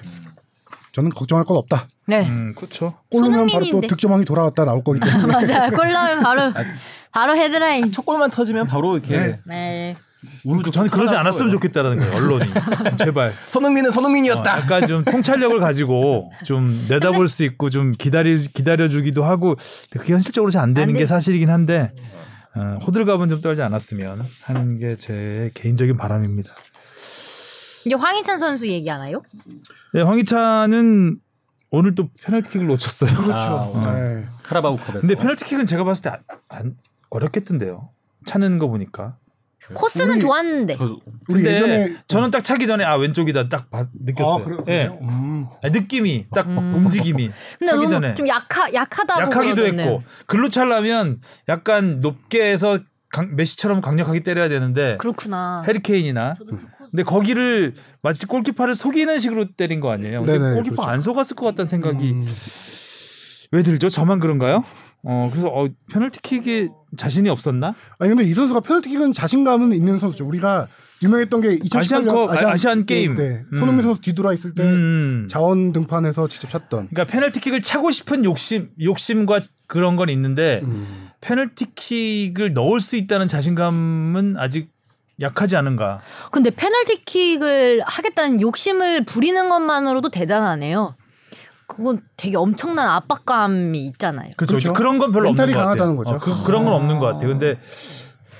S4: 저는 걱정할 건 없다.
S1: 네.
S2: 음, 그렇죠.
S4: 골 넣으면 바로 또
S1: 손흥민인데.
S4: 득점왕이 돌아왔다 나올 거기 때문에.
S1: 맞아. 콜라면 바로 바로 헤드라인.
S3: 첫 골만 터지면 바로 이렇게
S2: 네.
S1: 네.
S3: 우르르
S2: 저는 그러지 않았으면
S3: 거예요.
S2: 좋겠다라는 거예요. 언론이 좀 제발
S3: 손흥민은
S2: 어,
S3: 손흥민이었다.
S2: 약간 좀 통찰력을 가지고 좀 내다볼 수 있고 좀 기다리 기다려주기도 하고 근데 그게 현실적으로 잘 안 되는
S1: 안
S2: 게
S1: 되죠.
S2: 사실이긴 한데 어, 호들갑은 좀 떨지 않았으면 하는 게 제 개인적인 바람입니다.
S1: 이제 황희찬 선수 얘기하나요?
S2: 네, 황희찬은 오늘 또 페널티킥을 놓쳤어요.
S3: 아,
S4: 그렇죠.
S3: 오늘
S4: 네.
S3: 카라바오컵에서.
S2: 근데 페널티킥은 제가 봤을 때 안 어렵겠던데요. 차는 거 보니까.
S1: 코스는
S2: 음.
S4: 우리-
S1: 좋았는데.
S3: 그-
S4: 우리
S2: 근데
S4: 예전에
S2: 저는 딱 차기 전에 아 왼쪽이다 딱 봐-
S4: 아
S2: 느꼈어요.
S4: 그래요.
S2: 예.
S4: 음.
S2: 아니, 느낌이 딱
S1: 음.
S2: 움직임이
S1: 근데
S2: 차기
S1: 너무
S2: 전에
S1: 좀 약하 약하다고
S2: 약하기도
S1: 그러던데.
S2: 했고 글로 찰라면 약간 높게 해서 강- 메시처럼 강력하게 때려야 되는데
S1: 그렇구나.
S2: 헤리케인이나
S1: 저도 그 코스.
S2: 근데 거기를 마치 골키퍼를 속이는 식으로 때린 거 아니에요? 근데
S4: 네네,
S2: 골키퍼
S4: 그렇죠. 음.
S2: 안 속았을 것 같다는 생각이 왜 들죠? 저만 그런가요? 어 그래서 어, 페널티킥에 자신이 없었나?
S4: 아니 근데 이 선수가 페널티킥은 자신감은 있는 선수죠. 우리가 유명했던 게 2018년
S2: 아시안컵, 아- 아시안 게임.
S4: 네.
S2: 음.
S4: 손흥민 선수 뒤돌아 있을 때
S2: 음.
S4: 자원 등판에서 직접 찼던.
S2: 그러니까 페널티킥을 차고 싶은 욕심 욕심과 그런 건 있는데
S4: 음.
S2: 페널티킥을 넣을 수 있다는 자신감은 아직 약하지 않은가?
S1: 근데 페널티킥을 하겠다는 욕심을 부리는 것만으로도 대단하네요. 그건 되게 엄청난 압박감이 있잖아요.
S2: 그렇죠.
S4: 그렇죠.
S2: 그런건 별로 없는
S4: 멘탈이
S2: 것
S4: 강하다는
S2: 같아요.
S4: 거죠.
S2: 어, 그, 런건 없는 것
S1: 아.
S2: 같아요. 근데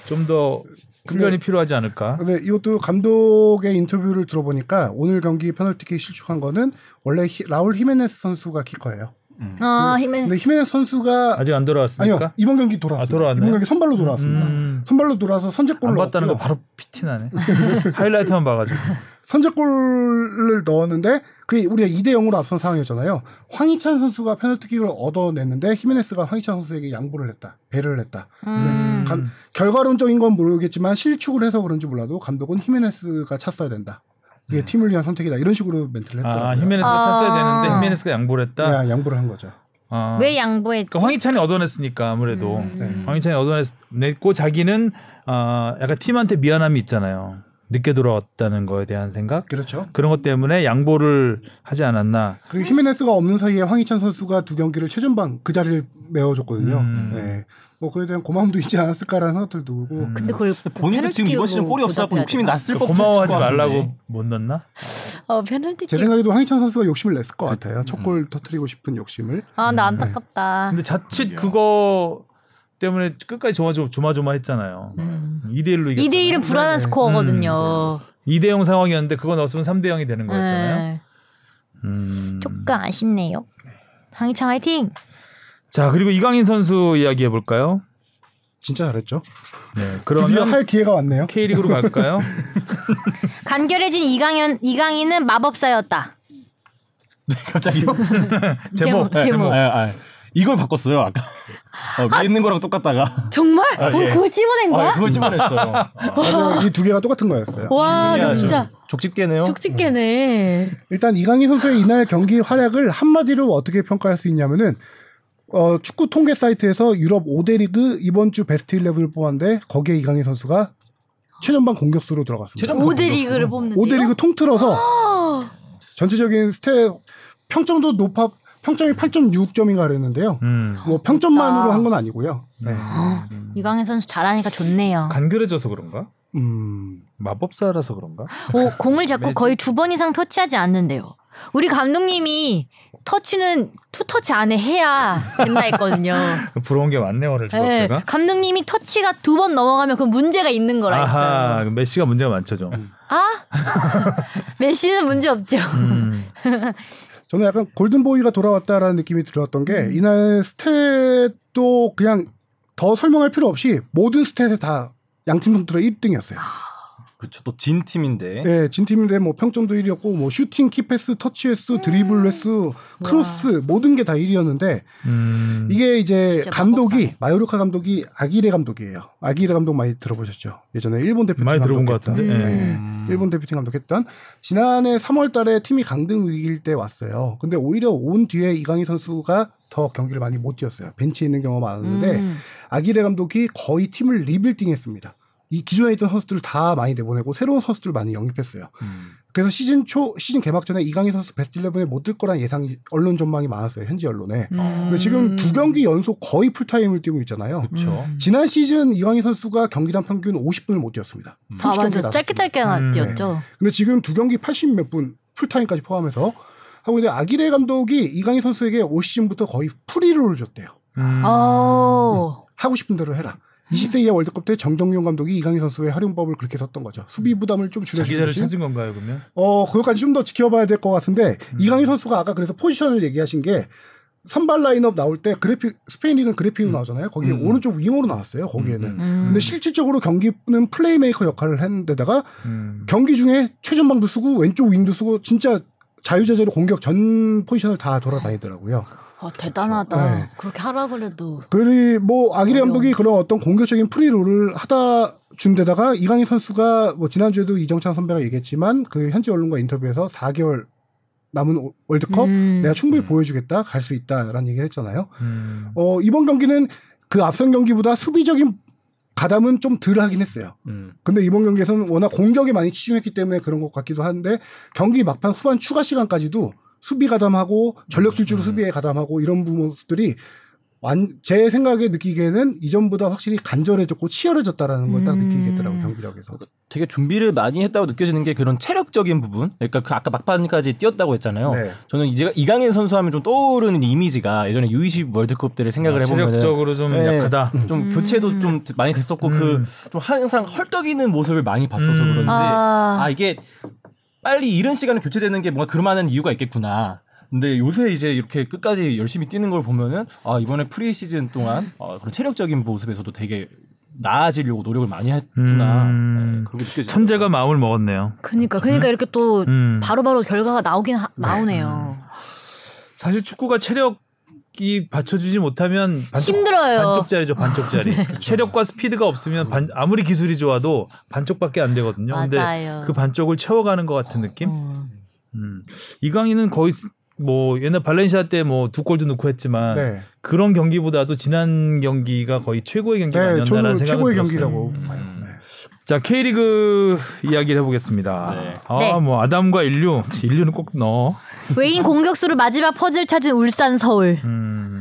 S2: 좀 더 훈련이 필요하지 않을까?
S4: 근데 이것도 감독의 인터뷰를 들어보니까 오늘 경기 페널티킥 실축한 거는 원래 히- 라울 히메네스 선수가 키커예요.
S3: 음. 그,
S1: 아 히메네스.
S4: 근데 히메네스 선수가
S2: 아직 안
S4: 아니요
S2: 돌아왔으니까.
S4: 이번 경기 돌아왔어요.
S2: 아, 돌아왔네.
S4: 이번 경기 선발로 돌아왔습니다.
S2: 음.
S4: 선발로 돌아서 선제골을
S2: 안 봤다는 거
S4: 넣었고요.
S2: 바로 피티 나네. 하이라이트만 봐가지고. 아,
S4: 선제골을 넣었는데 그게 우리가 2대 0으로 앞선 상황이었잖아요. 황희찬 선수가 페널티킥을 얻어냈는데 히메네스가 황희찬 선수에게 양보를 했다. 배를 했다. 네.
S1: 음.
S4: 감- 결과론적인 건 모르겠지만 실축을 해서 그런지 몰라도 감독은 히메네스가 찼어야 된다. 이게 팀을 위한 선택이다. 이런 식으로 멘트를 했더라고요.
S2: 네. 아 히메네스가
S1: 아.
S2: 찼어야 되는데 히메네스가 양보를 했다.
S4: 그냥 양보를 한 거죠.
S3: 네.
S2: 아.
S1: 왜 음. 양보했지?
S2: 그러니까 황희찬이 얻어냈으니까 아무래도
S4: 네.
S2: 황희찬이 얻어냈고 자기는 아 약간 팀한테 미안함이 있잖아요. 늦게 돌아왔다는 거에 대한 생각
S4: 그렇죠.
S2: 그런 것 때문에 양보를 하지 않았나.
S4: 그리고 히메네스가 없는 사이에 황희찬 선수가 두 경기를 최전방 그 자리를 메워줬거든요.
S2: 음.
S4: 네. 뭐 그에 대한 고마움도 있지 않았을까라는 생각도 들고
S1: 근데 그걸
S3: 음. 본인도 지금 이번 시즌 골이 없어갖고 욕심이
S4: 네.
S3: 났을 것
S2: 고마워하지 말라고 못 넣나?
S1: 어 페널티킥.
S4: 제 생각에도 황희찬 선수가 욕심을 냈을 것 같아요. 첫골 터트리고 싶은 욕심을.
S2: 네.
S1: 아나 안타깝다.
S2: 근데 자칫 그거 때문에 끝까지 조마조, 조마조마했잖아요.
S1: 음.
S2: 2대 1로 이겼
S1: 2대
S3: 네.
S1: 1은
S2: 네.
S1: 불안한 스코어거든요.
S2: 2대 0 상황이었는데 그거 넣었으면 3대 0이 되는 거였잖아요.
S1: 네.
S2: 음.
S1: 조금 아쉽네요. 황희찬 화이팅.
S2: 자, 그리고 이강인 선수 이야기 해 볼까요?
S4: 진짜 잘했죠.
S2: 네.
S4: 드디어
S2: 그러면
S4: 할 기회가 왔네요.
S2: K리그로 갈까요?
S1: 간결해진 이강현 이강인은 마법사였다.
S3: 갑자기요? 네,
S2: 제목,
S1: 제목.
S3: 아, 아. 이걸 바꿨어요 아까 어, 위에 있는 거랑 똑같다가
S1: 정말? 어,
S3: 예.
S1: 그걸 찝어낸 거야?
S3: 아, 그걸 찝어냈어요. 아,
S4: 이 두 개가 똑같은 거였어요.
S1: 와,
S3: 예.
S1: 너 진짜
S3: 족집게네요.
S1: 족집게네.
S4: 일단 이강인 선수의 이날 경기 활약을 한마디로 어떻게 평가할 수 있냐면은 어, 축구 통계 사이트에서 유럽 5대 리그 이번 주 베스트 11을 뽑았는데 거기에 이강인 선수가 최전방 공격수로 들어갔습니다.
S3: 최전-
S1: 오데리그를 뽑는데요?
S4: 5대 리그 통틀어서 전체적인 스탯 평점도 높아 평점이 8.6점인가 그랬는데요.
S2: 음.
S4: 뭐 평점만으로
S1: 높다.
S4: 한 건 아니고요. 네.
S1: 이강인 선수 잘하니까 좋네요.
S2: 간결해져서 그런가?
S4: 음.
S2: 마법사라서 그런가?
S1: 오, 공을 자꾸 거의 두 번 이상 터치하지 않는데요. 우리 감독님이 터치는 투 터치 안에 해야 된다 했거든요.
S2: 부러운 게 많네 오늘
S1: 예,
S2: 주바페가.
S1: 감독님이 터치가 두 번 넘어가면 그 문제가 있는 거라 했어요.
S2: 아하 메시가 문제가 많죠 좀.
S1: 아? 메시는 문제 없죠.
S2: 음.
S4: 저는 약간 골든보이가 돌아왔다라는 느낌이 들었던 게 이날 스탯도 그냥 더 설명할 필요 없이 모든 스탯에 다 양팀 선수들 1등이었어요.
S3: 그쵸 또 진 팀인데
S4: 예, 진팀인데 뭐 평점도 1위였고 뭐 슈팅, 키패스, 터치횟수, 드리블 횟수, 크로스 모든 게 다 1위였는데
S2: 음.
S4: 이게 이제
S1: 진짜
S4: 감독이
S1: 빡빡하네.
S4: 마요르카 감독이 아기레 감독이에요. 아기레 감독 많이 들어보셨죠? 예전에 일본 대표팀
S2: 많이 들어본 것
S4: 감독했던.
S2: 같은데. 예.
S3: 음.
S4: 일본 대표팀 감독했던 지난해 3월달에 팀이 강등 위기일 때 왔어요. 근데 오히려 온 뒤에 이강인 선수가 더 경기를 많이 못 뛰었어요. 벤치에 있는 경우가 많았는데
S1: 음.
S4: 아기레 감독이 거의 팀을 리빌딩했습니다. 이 기존에 있던 선수들을 다 많이 내보내고 새로운 선수들 을 많이 영입했어요.
S3: 음.
S4: 그래서 시즌 초 시즌 개막 전에 이강인 선수 베스트 11에 못 들 거란 예상이 언론 전망이 많았어요. 현지 언론에. 근데 지금
S1: 음.
S2: 음.
S4: 두 경기 음. 연속 거의 풀타임을 뛰고 있잖아요.
S3: 그쵸
S4: 지난 시즌 이강인 선수가 경기당 평균 50분을 못 뛰었습니다.
S1: 아
S4: 30 경기에
S1: 맞아
S4: 나섰죠.
S1: 짧게 짧게 하나
S2: 음.
S1: 뛰었죠.
S4: 근데 지금 두 경기 80 몇 분 풀타임까지 포함해서 하고 있는데 아기레 감독이 이강인 선수에게 올 시즌부터 거의 프리롤을 줬대요.
S2: 음.
S1: 어.
S4: 하고 싶은 대로 해라. 20세 이하 월드컵 때 정경용 감독이 이강인 선수의 활용법을 그렇게 썼던 거죠. 수비 부담을 좀
S2: 자기자를
S4: 줄여주는
S2: 찾은 건가요 그러면?
S4: 어, 그것까지 좀 더 지켜봐야 될 것 같은데,
S3: 음.
S4: 이강인 선수가 아까 그래서 포지션을 얘기하신 게, 선발 라인업 나올 때 그래픽, 스페인 리그는 그래픽으로 나오잖아요. 거기에
S3: 음.
S4: 오른쪽 윙으로 나왔어요, 거기에는.
S3: 음.
S1: 음.
S4: 근데 실질적으로 경기는 플레이메이커 역할을 했는데다가,
S2: 음.
S4: 경기 중에 최전방도 쓰고, 왼쪽 윙도 쓰고, 진짜 자유자재로 공격 전 포지션을 다 돌아다니더라고요.
S1: 아, 대단하다.
S4: 네.
S1: 그렇게 하라 그래도.
S4: 그리 뭐 아기레
S1: 어려워.
S4: 감독이 그런 어떤 공격적인 프리롤을 하다 준 데다가 이강인 선수가 뭐 지난주에도 이정찬 선배가 얘기했지만 그 현지 언론과 인터뷰에서 4개월 남은 오- 월드컵 네,
S1: 음.
S4: 내가 충분히
S3: 음.
S4: 보여주겠다 갈 수 있다라는 얘기를 했잖아요.
S2: 음.
S4: 어 이번 경기는 그 앞선 경기보다 수비적인 가담은 좀 덜 하긴 했어요.
S3: 음.
S4: 근데 이번 경기에서는 워낙 공격에 많이 치중했기 때문에 그런 것 같기도 한데 경기 막판 후반 추가 시간까지도 수비 가담하고 전력
S2: 음.
S4: 질주로 수비에 가담하고 이런 부분들이 완, 제 생각에 느끼기에는 이전보다 확실히 간절해졌고 치열해졌다라는 걸 딱
S1: 음.
S4: 느끼겠더라고 요 경기력에서.
S3: 되게 준비를 많이 했다고 느껴지는 게 그런 체력적인 부분 그러니까 그 아까 막판까지 뛰었다고 했잖아요
S4: 네.
S3: 저는 이제 이강인 선수 하면 좀 떠오르는 이미지가 예전에 U20 월드컵 때를 생각을 해보면
S2: 아, 체력적으로 좀
S3: 네.
S2: 약하다.
S3: 좀
S1: 음.
S3: 교체도 좀 많이 됐었고
S2: 음.
S3: 그 좀 항상 헐떡이는 모습을 많이 봤어서
S2: 음.
S3: 그런지
S1: 아.
S3: 아 이게 빨리 이른 시간에 교체되는 게 뭔가 그만한 이유가 있겠구나. 근데 요새 이제 이렇게 끝까지 열심히 뛰는 걸 보면은 아 이번에 프리 시즌 동안 어, 그런 체력적인 모습에서도 되게 나아지려고 노력을 많이 했구나.
S2: 음.
S3: 네, 그렇게 느껴지죠.
S2: 천재가 마음을 먹었네요.
S1: 그니까 그니까 이렇게 또
S2: 음.
S1: 바로바로 결과가 나오긴 하- 나오네요.
S2: 사실 축구가 체력이 받쳐주지 못하면 반쪽,
S1: 힘들어요. 아, 네.
S2: 반쪽짜리죠, 반쪽짜리. 그 체력과 스피드가 없으면 반- 아무리 기술이 좋아도 반쪽밖에 안 되거든요.
S1: 맞아요.
S2: 근데 그 반쪽을 채워가는 것 같은 느낌?
S1: 어.
S2: 음. 이강인은 거의 스- 뭐 옛날 발렌시아 때 뭐 두 골도 넣고 했지만
S4: 네.
S2: 그런 경기보다도 지난 경기가 거의 최고의 경기가
S4: 네,
S2: 아니었나라는 생각이
S4: 저는 최고의
S2: 들었어요. 음.
S4: 경기라고 봐요. 네.
S2: 자 K리그 이야기를 해보겠습니다.
S3: 네.
S1: 네.
S2: 아뭐 아담과 인류, 인류는 꼭 넣어.
S1: 외인 공격수를 마지막 퍼즐 찾은 울산 서울.
S2: 음.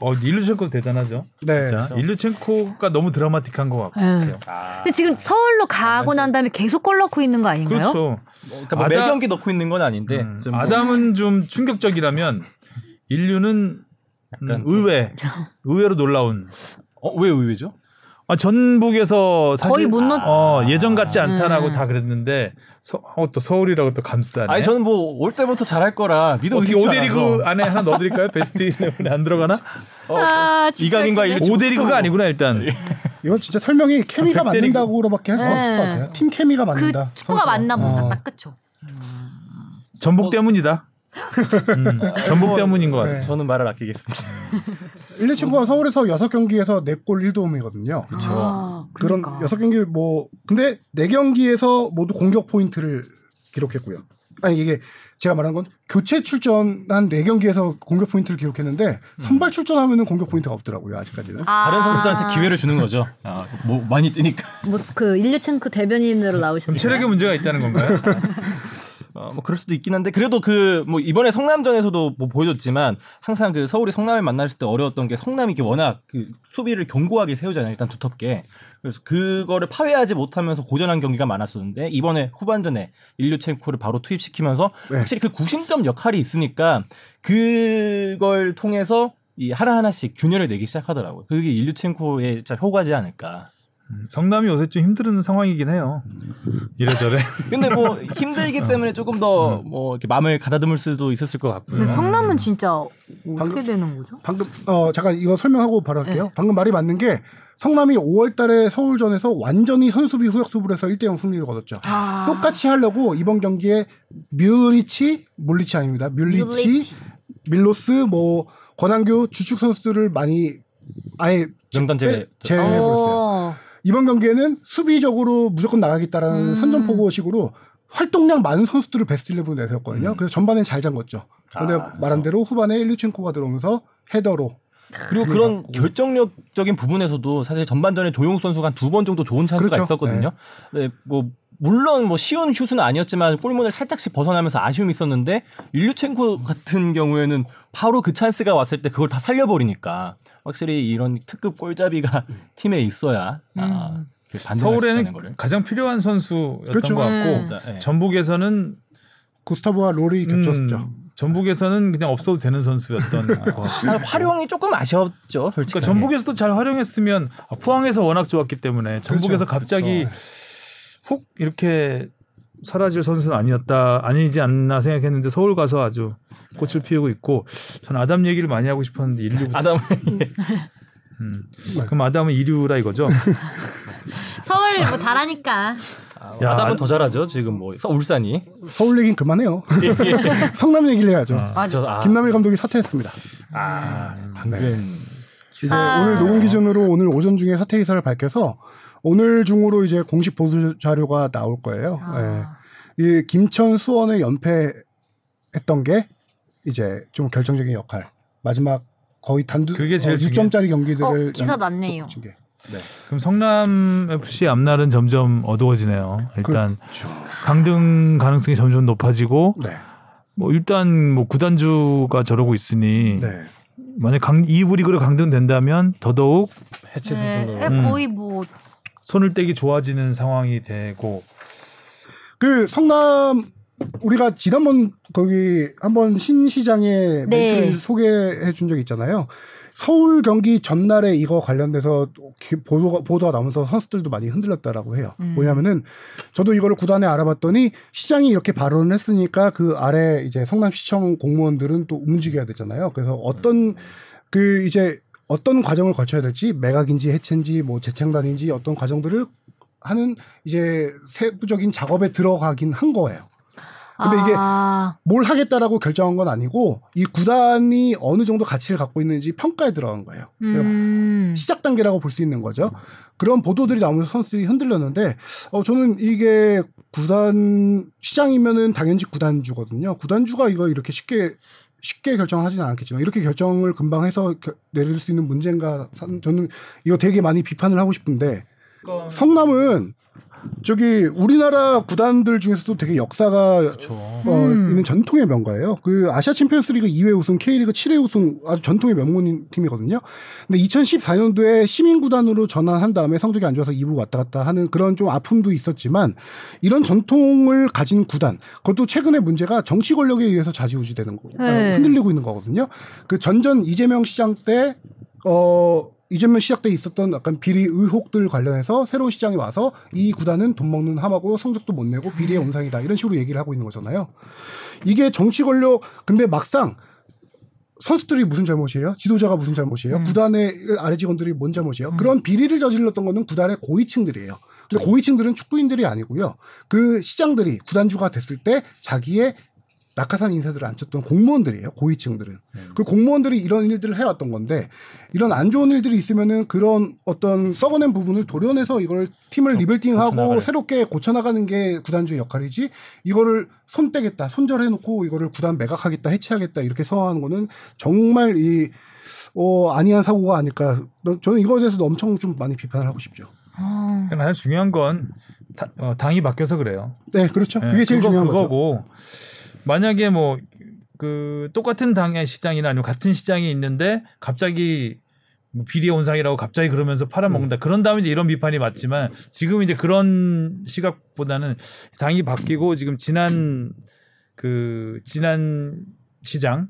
S2: 어 일루첸코도 대단하죠.
S4: 네.
S2: 자 일루첸코가 너무 드라마틱한 것 같아요.
S1: 예. 근데 지금 서울로 가고 난 다음에 계속 골 넣고 있는 거 아닌가요?
S2: 그렇죠.
S3: 그러니까 뭐
S2: 아담-
S3: 매경기 넣고 있는 건 아닌데
S2: 음,
S3: 네, 좀
S2: 아담은 좀 충격적이라면 인류는
S3: 약간
S2: 음, 의외, 의외로 놀라운.
S3: 어, 왜 의외죠?
S2: 아, 전북에서 사실
S1: 거의 못 넣-
S2: 어, 예전 같지 않다라고
S1: 음.
S2: 다 그랬는데 서, 어, 또 서울이라고 또 감싸네.
S3: 아니 저는 뭐 올 때부터 잘할 거라 믿어
S2: 어떻게
S3: 의심치
S2: 오데리그
S3: 않아서.
S2: 안에 하나 넣어드릴까요? 베스트 11에 안 들어가나?
S1: 아, 진짜
S3: 이강인과
S1: 웃기네.
S3: 일-
S2: 오데리그가 아니구나 일단.
S4: 이건 진짜 설명이 케미가
S2: 아, 백 때리고.
S4: 맞는다고로밖에 할 수
S1: 네.
S4: 없을 것 같아요. 팀 케미가
S1: 그
S4: 맞는다.
S1: 축구가
S4: 선수와.
S1: 맞나 보다.
S4: 어.
S1: 딱 그쵸.
S2: 전북 때문이다. 음, 전북 때문인 것 같아요. 네.
S3: 저는 말을 아끼겠습니다.
S4: 일례 친구가 서울에서 여섯 경기에서 네 골 1도움이거든요.
S2: 음.
S1: 아,
S4: 그런
S1: 그러니까.
S4: 여섯 경기 뭐 근데 네 경기에서 모두 공격 포인트를 기록했고요. 아니 이게 제가 말한 건 교체 출전한 네 경기에서 공격 포인트를 기록했는데 선발 출전하면은 공격 포인트가 없더라고요 아직까지는.
S1: 아.
S3: 다른 선수들한테 기회를 주는 거죠. 아, 뭐 많이 뛰니까.
S5: 뭐그 일류첸크 대변인으로
S2: 그럼
S5: 나오셨어요.
S2: 체력에 문제가 있다는 건가요?
S3: 어, 뭐 그럴 수도 있긴 한데 그래도 그 뭐 이번에 성남전에서도 뭐 보여줬지만 항상 그 서울이 성남을 만났을 때 어려웠던 게 성남이 이게 워낙 그 수비를 견고하게 세우잖아요. 일단 두텁게. 그래서 그거를 파회하지 못하면서 고전한 경기가 많았었는데 이번에 후반전에 일류첸코를 바로 투입시키면서
S4: 네.
S3: 확실히 그 구심점 역할이 있으니까 그걸 통해서 이 하나하나씩 균열을 내기 시작하더라고요. 그게 일류첸코의 잘 효과지 않을까.
S2: 음, 성남이 요새 좀 힘든 상황이긴 해요. 이래저래.
S3: 근데 뭐 힘들기 때문에 조금 더 뭐 이렇게 마음을 가다듬을 수도 있었을 것 같고요.
S1: 근데 성남은 진짜 어떻게
S4: 방금-
S1: 되는 거죠?
S4: 방금 어 잠깐 이거 설명하고 바로 할게요.
S1: 네.
S4: 방금 말이 맞는 게 성남이 5월달에 서울전에서 완전히 선수비 후역 수비를 해서 1대0 승리를 거뒀죠.
S1: 아.
S4: 똑같이 하려고 이번 경기에 뮬리치 물리치 아닙니다. 뮬리치,
S1: 뮬리치.
S4: 밀로스 뭐 권한규 주축 선수들을 많이 아예
S3: 명단 제외.
S4: 빼- 제외해버렸어요.
S1: 오.
S4: 이번 경기에는 수비적으로 무조건 나가겠다라는
S1: 음.
S4: 선전포고식으로 활동량 많은 선수들을 베스트 11 내세웠거든요. 그래서 전반엔 잘 잠궜죠. 그런데
S3: 아,
S4: 말한 대로 후반에 1, 2층코가 들어오면서 헤더로
S3: 그리고 그런 결정력적인 부분에서도 사실 전반전에 조용 선수가 한 두 번 정도 좋은 찬스가
S4: 그렇죠.
S3: 있었거든요. 네. 뭐 물론 뭐 쉬운 슛은 아니었지만 골문을 살짝씩 벗어나면서 아쉬움이 있었는데 일류첸코 같은 경우에는 바로 그 찬스가 왔을 때 그걸 다 살려버리니까 확실히 이런 특급 골잡이가 팀에 있어야 아,
S2: 서울에는
S3: 서울에는 거를.
S2: 가장 필요한 선수였던
S4: 그렇죠.
S2: 것 같고
S1: 음.
S3: 네.
S2: 전북에서는
S4: 구스타브와 롤이 겹쳤죠.
S2: 음, 전북에서는 그냥 없어도 되는 선수였던 것 같고.
S3: 아, 활용이 조금 아쉬웠죠,
S2: 그러니까
S3: 솔직히.
S2: 전북에서도 잘 활용했으면 아, 포항에서 워낙 좋았기 때문에 전북에서 갑자기 훅 이렇게 사라질 선수는 아니었다 아니지 않나 생각했는데 서울 가서 아주 꽃을 피우고 있고 전 아담 얘기를 많이 하고 싶었는데 인류부터
S3: 아담
S2: 그럼 아담은 이류라 이거죠?
S1: 서울 뭐 잘하니까.
S2: 야,
S3: 아담은 더 잘하죠 지금 뭐 서- 울산이
S4: 서울 얘기는 그만해요. 성남 얘기를 해야죠.
S3: 저, 아,
S4: 김남일 감독이 사퇴했습니다.
S3: 방금
S4: 이제
S1: 아.
S4: 오늘 녹음 기준으로 오늘 오전 중에 사퇴 의사를 밝혀서 오늘 중으로 이제 공식 보도 자료가 나올 거예요.
S1: 아.
S4: 예. 이 김천 수원을 연패했던 게 이제 좀 결정적인 역할. 마지막 거의 단두
S2: 그게 제일
S4: 어, 6점짜리 경기들을
S1: 어, 기사 났네요.
S4: 친 게.
S2: 그럼 성남 FC 앞날은 점점 어두워지네요. 일단
S4: 그렇죠.
S2: 강등 가능성이 점점 높아지고
S4: 네.
S2: 뭐 일단 뭐 구단주가 저러고 있으니
S4: 네.
S2: 만약 강 2부 리그로 강등된다면 더더욱
S3: 해체
S1: 네,
S3: 수순으로
S1: 예,
S2: 음.
S1: 거의 뭐
S2: 손을 떼기 좋아지는 상황이 되고
S4: 그 성남 우리가 지난번 거기 한번 신시장에
S1: 네.
S4: 멘트를 소개해 준 적이 있잖아요. 서울 경기 전날에 이거 관련돼서 기- 보도가, 보도가 나오면서 선수들도 많이 흔들렸다라고 해요.
S1: 음.
S4: 뭐냐면은 저도 이거를 구단에 알아봤더니 시장이 이렇게 발언을 했으니까 그 아래 이제 성남시청 공무원들은 또 움직여야 되잖아요. 그래서
S1: 음.
S4: 어떤 그 이제 어떤 과정을 거쳐야 될지 매각인지 해체인지 뭐 재창단인지 어떤 과정들을 하는 이제 세부적인 작업에 들어가긴 한 거예요. 근데 이게
S1: 아,
S4: 뭘 하겠다라고 결정한 건 아니고 이 구단이 어느 정도 가치를 갖고 있는지 평가에 들어간 거예요.
S1: 음.
S4: 시작 단계라고 볼 수 있는 거죠. 그런 보도들이 나오면서 선수들이 흔들렸는데 어 저는 이게 구단 시장이면은 당연히 구단주거든요. 구단주가 이거 이렇게 쉽게 쉽게 결정하지는 않겠지만 이렇게 결정을 금방 해서 겨- 내릴 수 있는 문제인가 산- 저는 이거 되게 많이 비판을 하고 싶은데 성남은 저기 우리나라 구단들 중에서도 되게 역사가 어,
S1: 음.
S4: 있는 전통의 명가예요. 그 아시아 챔피언스리그 2회 우승, K리그 7회 우승 아주 전통의 명문 팀이거든요. 근데 2014년도에 시민 구단으로 전환한 다음에 성적이 안 좋아서 2부 왔다 갔다 하는 그런 좀 아픔도 있었지만 이런 전통을 가진 구단 그것도 최근에 문제가 정치 권력에 의해서 좌지우지되는 거
S1: 네.
S4: 어, 흔들리고 있는 거거든요. 그 전전 이재명 시장 때 어. 이재명 시작 때 있었던 약간 비리 의혹들 관련해서 새로운 시장이 와서 이 구단은 돈 먹는 함하고 성적도 못 내고 비리의 온상이다 이런 식으로 얘기를 하고 있는 거잖아요. 이게 정치 권력 근데 막상 선수들이 무슨 잘못이에요? 지도자가 무슨 잘못이에요? 구단의 아래 직원들이 뭔 잘못이에요? 그런 비리를 저질렀던 거는 구단의 고위층들이에요. 근데 고위층들은 축구인들이 아니고요. 그 시장들이 구단주가 됐을 때 자기의 낙하산 인사들을 안 쳤던 공무원들이에요. 고위층들은. 그 공무원들이 이런 일들을 해왔던 건데 이런 안 좋은 일들이 있으면은 그런 어떤 썩어낸 부분을 도려내서 이걸 팀을 리빌딩하고
S2: 고쳐나가래.
S4: 새롭게 고쳐나가는 게 구단주의 역할이지 이거를 손 떼겠다 손절해놓고 이거를 구단 매각하겠다 해체하겠다 이렇게 서하는 거는 정말 이 어, 아니한 사고가 아닐까. 저는 이거에 대해서도 엄청 좀 많이 비판을 하고 싶죠.
S1: 어.
S2: 그러니까 가장 중요한 건 다- 어, 당이 바뀌어서 그래요.
S4: 네, 그렇죠.
S2: 예,
S4: 그게 제일
S2: 그거-
S4: 중요한 거죠.
S2: 그거고 만약에 뭐 그 똑같은 당의 시장이나 아니면 같은 시장이 있는데 갑자기 뭐 비리 온상이라고 갑자기 그러면서 팔아먹는다. 그런 다음에 이제 이런 비판이 맞지만 지금 이제 그런 시각보다는 당이 바뀌고 지금 지난 그 지난 시장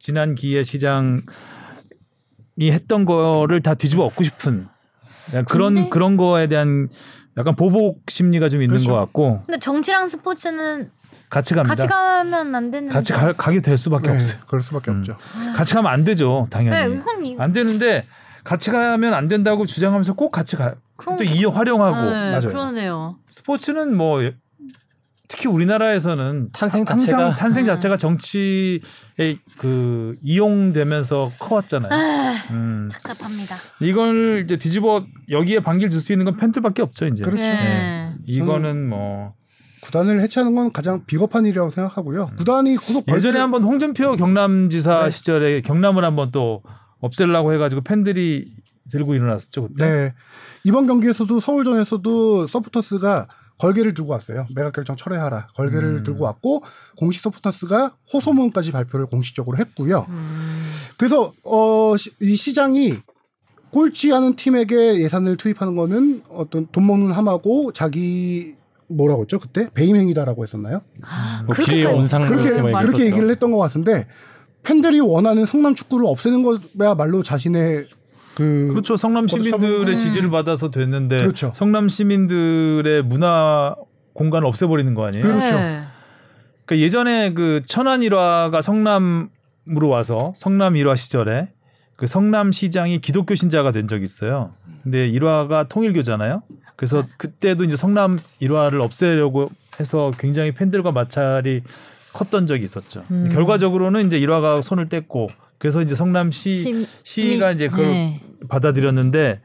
S2: 지난 기회 시장이 했던 거를 다 뒤집어 엎고 싶은
S1: 근데-
S2: 약간 그런 그런 거에 대한 약간 보복 심리가 좀 있는
S4: 그렇죠.
S2: 것 같고
S1: 근데 정치랑 스포츠는
S2: 같이 갑니다.
S1: 같이 가면 안 되는.
S2: 같이 가, 가게 될 수밖에
S4: 네,
S2: 없어요.
S4: 그럴 수밖에
S2: 음.
S4: 없죠.
S2: 같이 가면 안 되죠,
S1: 네,
S2: 당연히.
S1: 이건 이
S2: 안 되는데 같이 가면 안 된다고 주장하면서 꼭 같이 가.
S1: 그건-
S2: 또 이어 활용하고
S1: 네,
S4: 맞아요.
S1: 그러네요.
S2: 스포츠는 뭐 특히 우리나라에서는
S3: 탄생
S2: 항상
S3: 자체가 뭐
S1: 네.
S2: 탄생 자체가 정치에 그 이용되면서 커왔잖아요. 음.
S1: 복잡합니다.
S2: 이걸 이제 뒤집어 여기에 반기를 줄 수 있는 건 팬트밖에 없죠, 이제.
S4: 그렇죠.
S1: 네.
S2: 이거는 뭐
S4: 구단을 해체하는 건 가장 비겁한 일이라고 생각하고요. 구단이 구속
S2: 음.
S4: 벌-
S2: 예전에 한번 홍준표 경남지사
S4: 네.
S2: 시절에 경남을 한번 또 없애려고 해가지고 팬들이 들고 일어났었죠 그때.
S4: 네 이번 경기에서도 서울전에서도 서포터스가 걸개를 들고 왔어요. 매각 결정 철회하라. 걸개를
S2: 음.
S4: 들고 왔고 공식 서포터스가 호소문까지 발표를 공식적으로 했고요.
S1: 음.
S4: 그래서 어, 시- 이 시장이 꼴찌 하는 팀에게 예산을 투입하는 거는 어떤 돈 먹는 함하고 자기 뭐라고 했죠 그때 배임 행위다라고 했었나요?
S3: 뭐
S1: 그렇게까지-
S3: 비리 온상
S4: 음, 그렇게
S3: 뭐
S4: 그렇게
S3: 이랬었죠.
S4: 얘기를 했던 것 같은데 팬들이 원하는 성남 축구를 없애는 거야말로 자신의 그
S2: 그렇죠. 성남 시민들의
S1: 음.
S2: 지지를 받아서 됐는데
S4: 그렇죠.
S2: 성남 시민들의 문화 공간을 없애버리는 거 아니에요?
S4: 그렇죠.
S1: 네.
S2: 그러니까 예전에 그 천안 일화가 성남으로 와서 성남 일화 시절에 그 성남 시장이 기독교 신자가 된 적이 있어요. 근데 일화가 통일교잖아요. 그래서 그때도 이제 성남 일화를 없애려고 해서 굉장히 팬들과 마찰이 컸던 적이 있었죠.
S1: 음.
S2: 결과적으로는 이제 일화가 손을 뗐고 그래서 이제 성남시
S1: 시-
S2: 시가 이제 그걸
S1: 네.
S2: 받아들였는데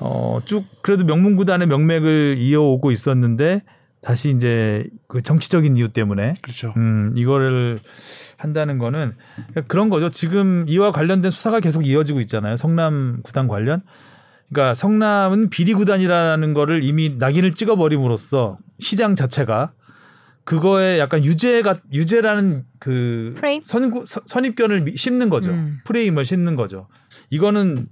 S2: 어, 쭉 그래도 명문 구단의 명맥을 이어오고 있었는데 다시 이제 그 정치적인 이유 때문에
S4: 그렇죠.
S2: 음, 이거를 한다는 거는 그런 거죠. 지금 이와 관련된 수사가 계속 이어지고 있잖아요. 성남 구단 관련. 그러니까 성남은 비리 구단이라는 거를 이미 낙인을 찍어버림으로써 시장 자체가 그거에 약간 유죄가 유죄라는 그
S1: 프레임?
S2: 선구, 선- 선입견을 미- 심는 거죠.
S1: 음.
S2: 프레임을 심는 거죠. 이거는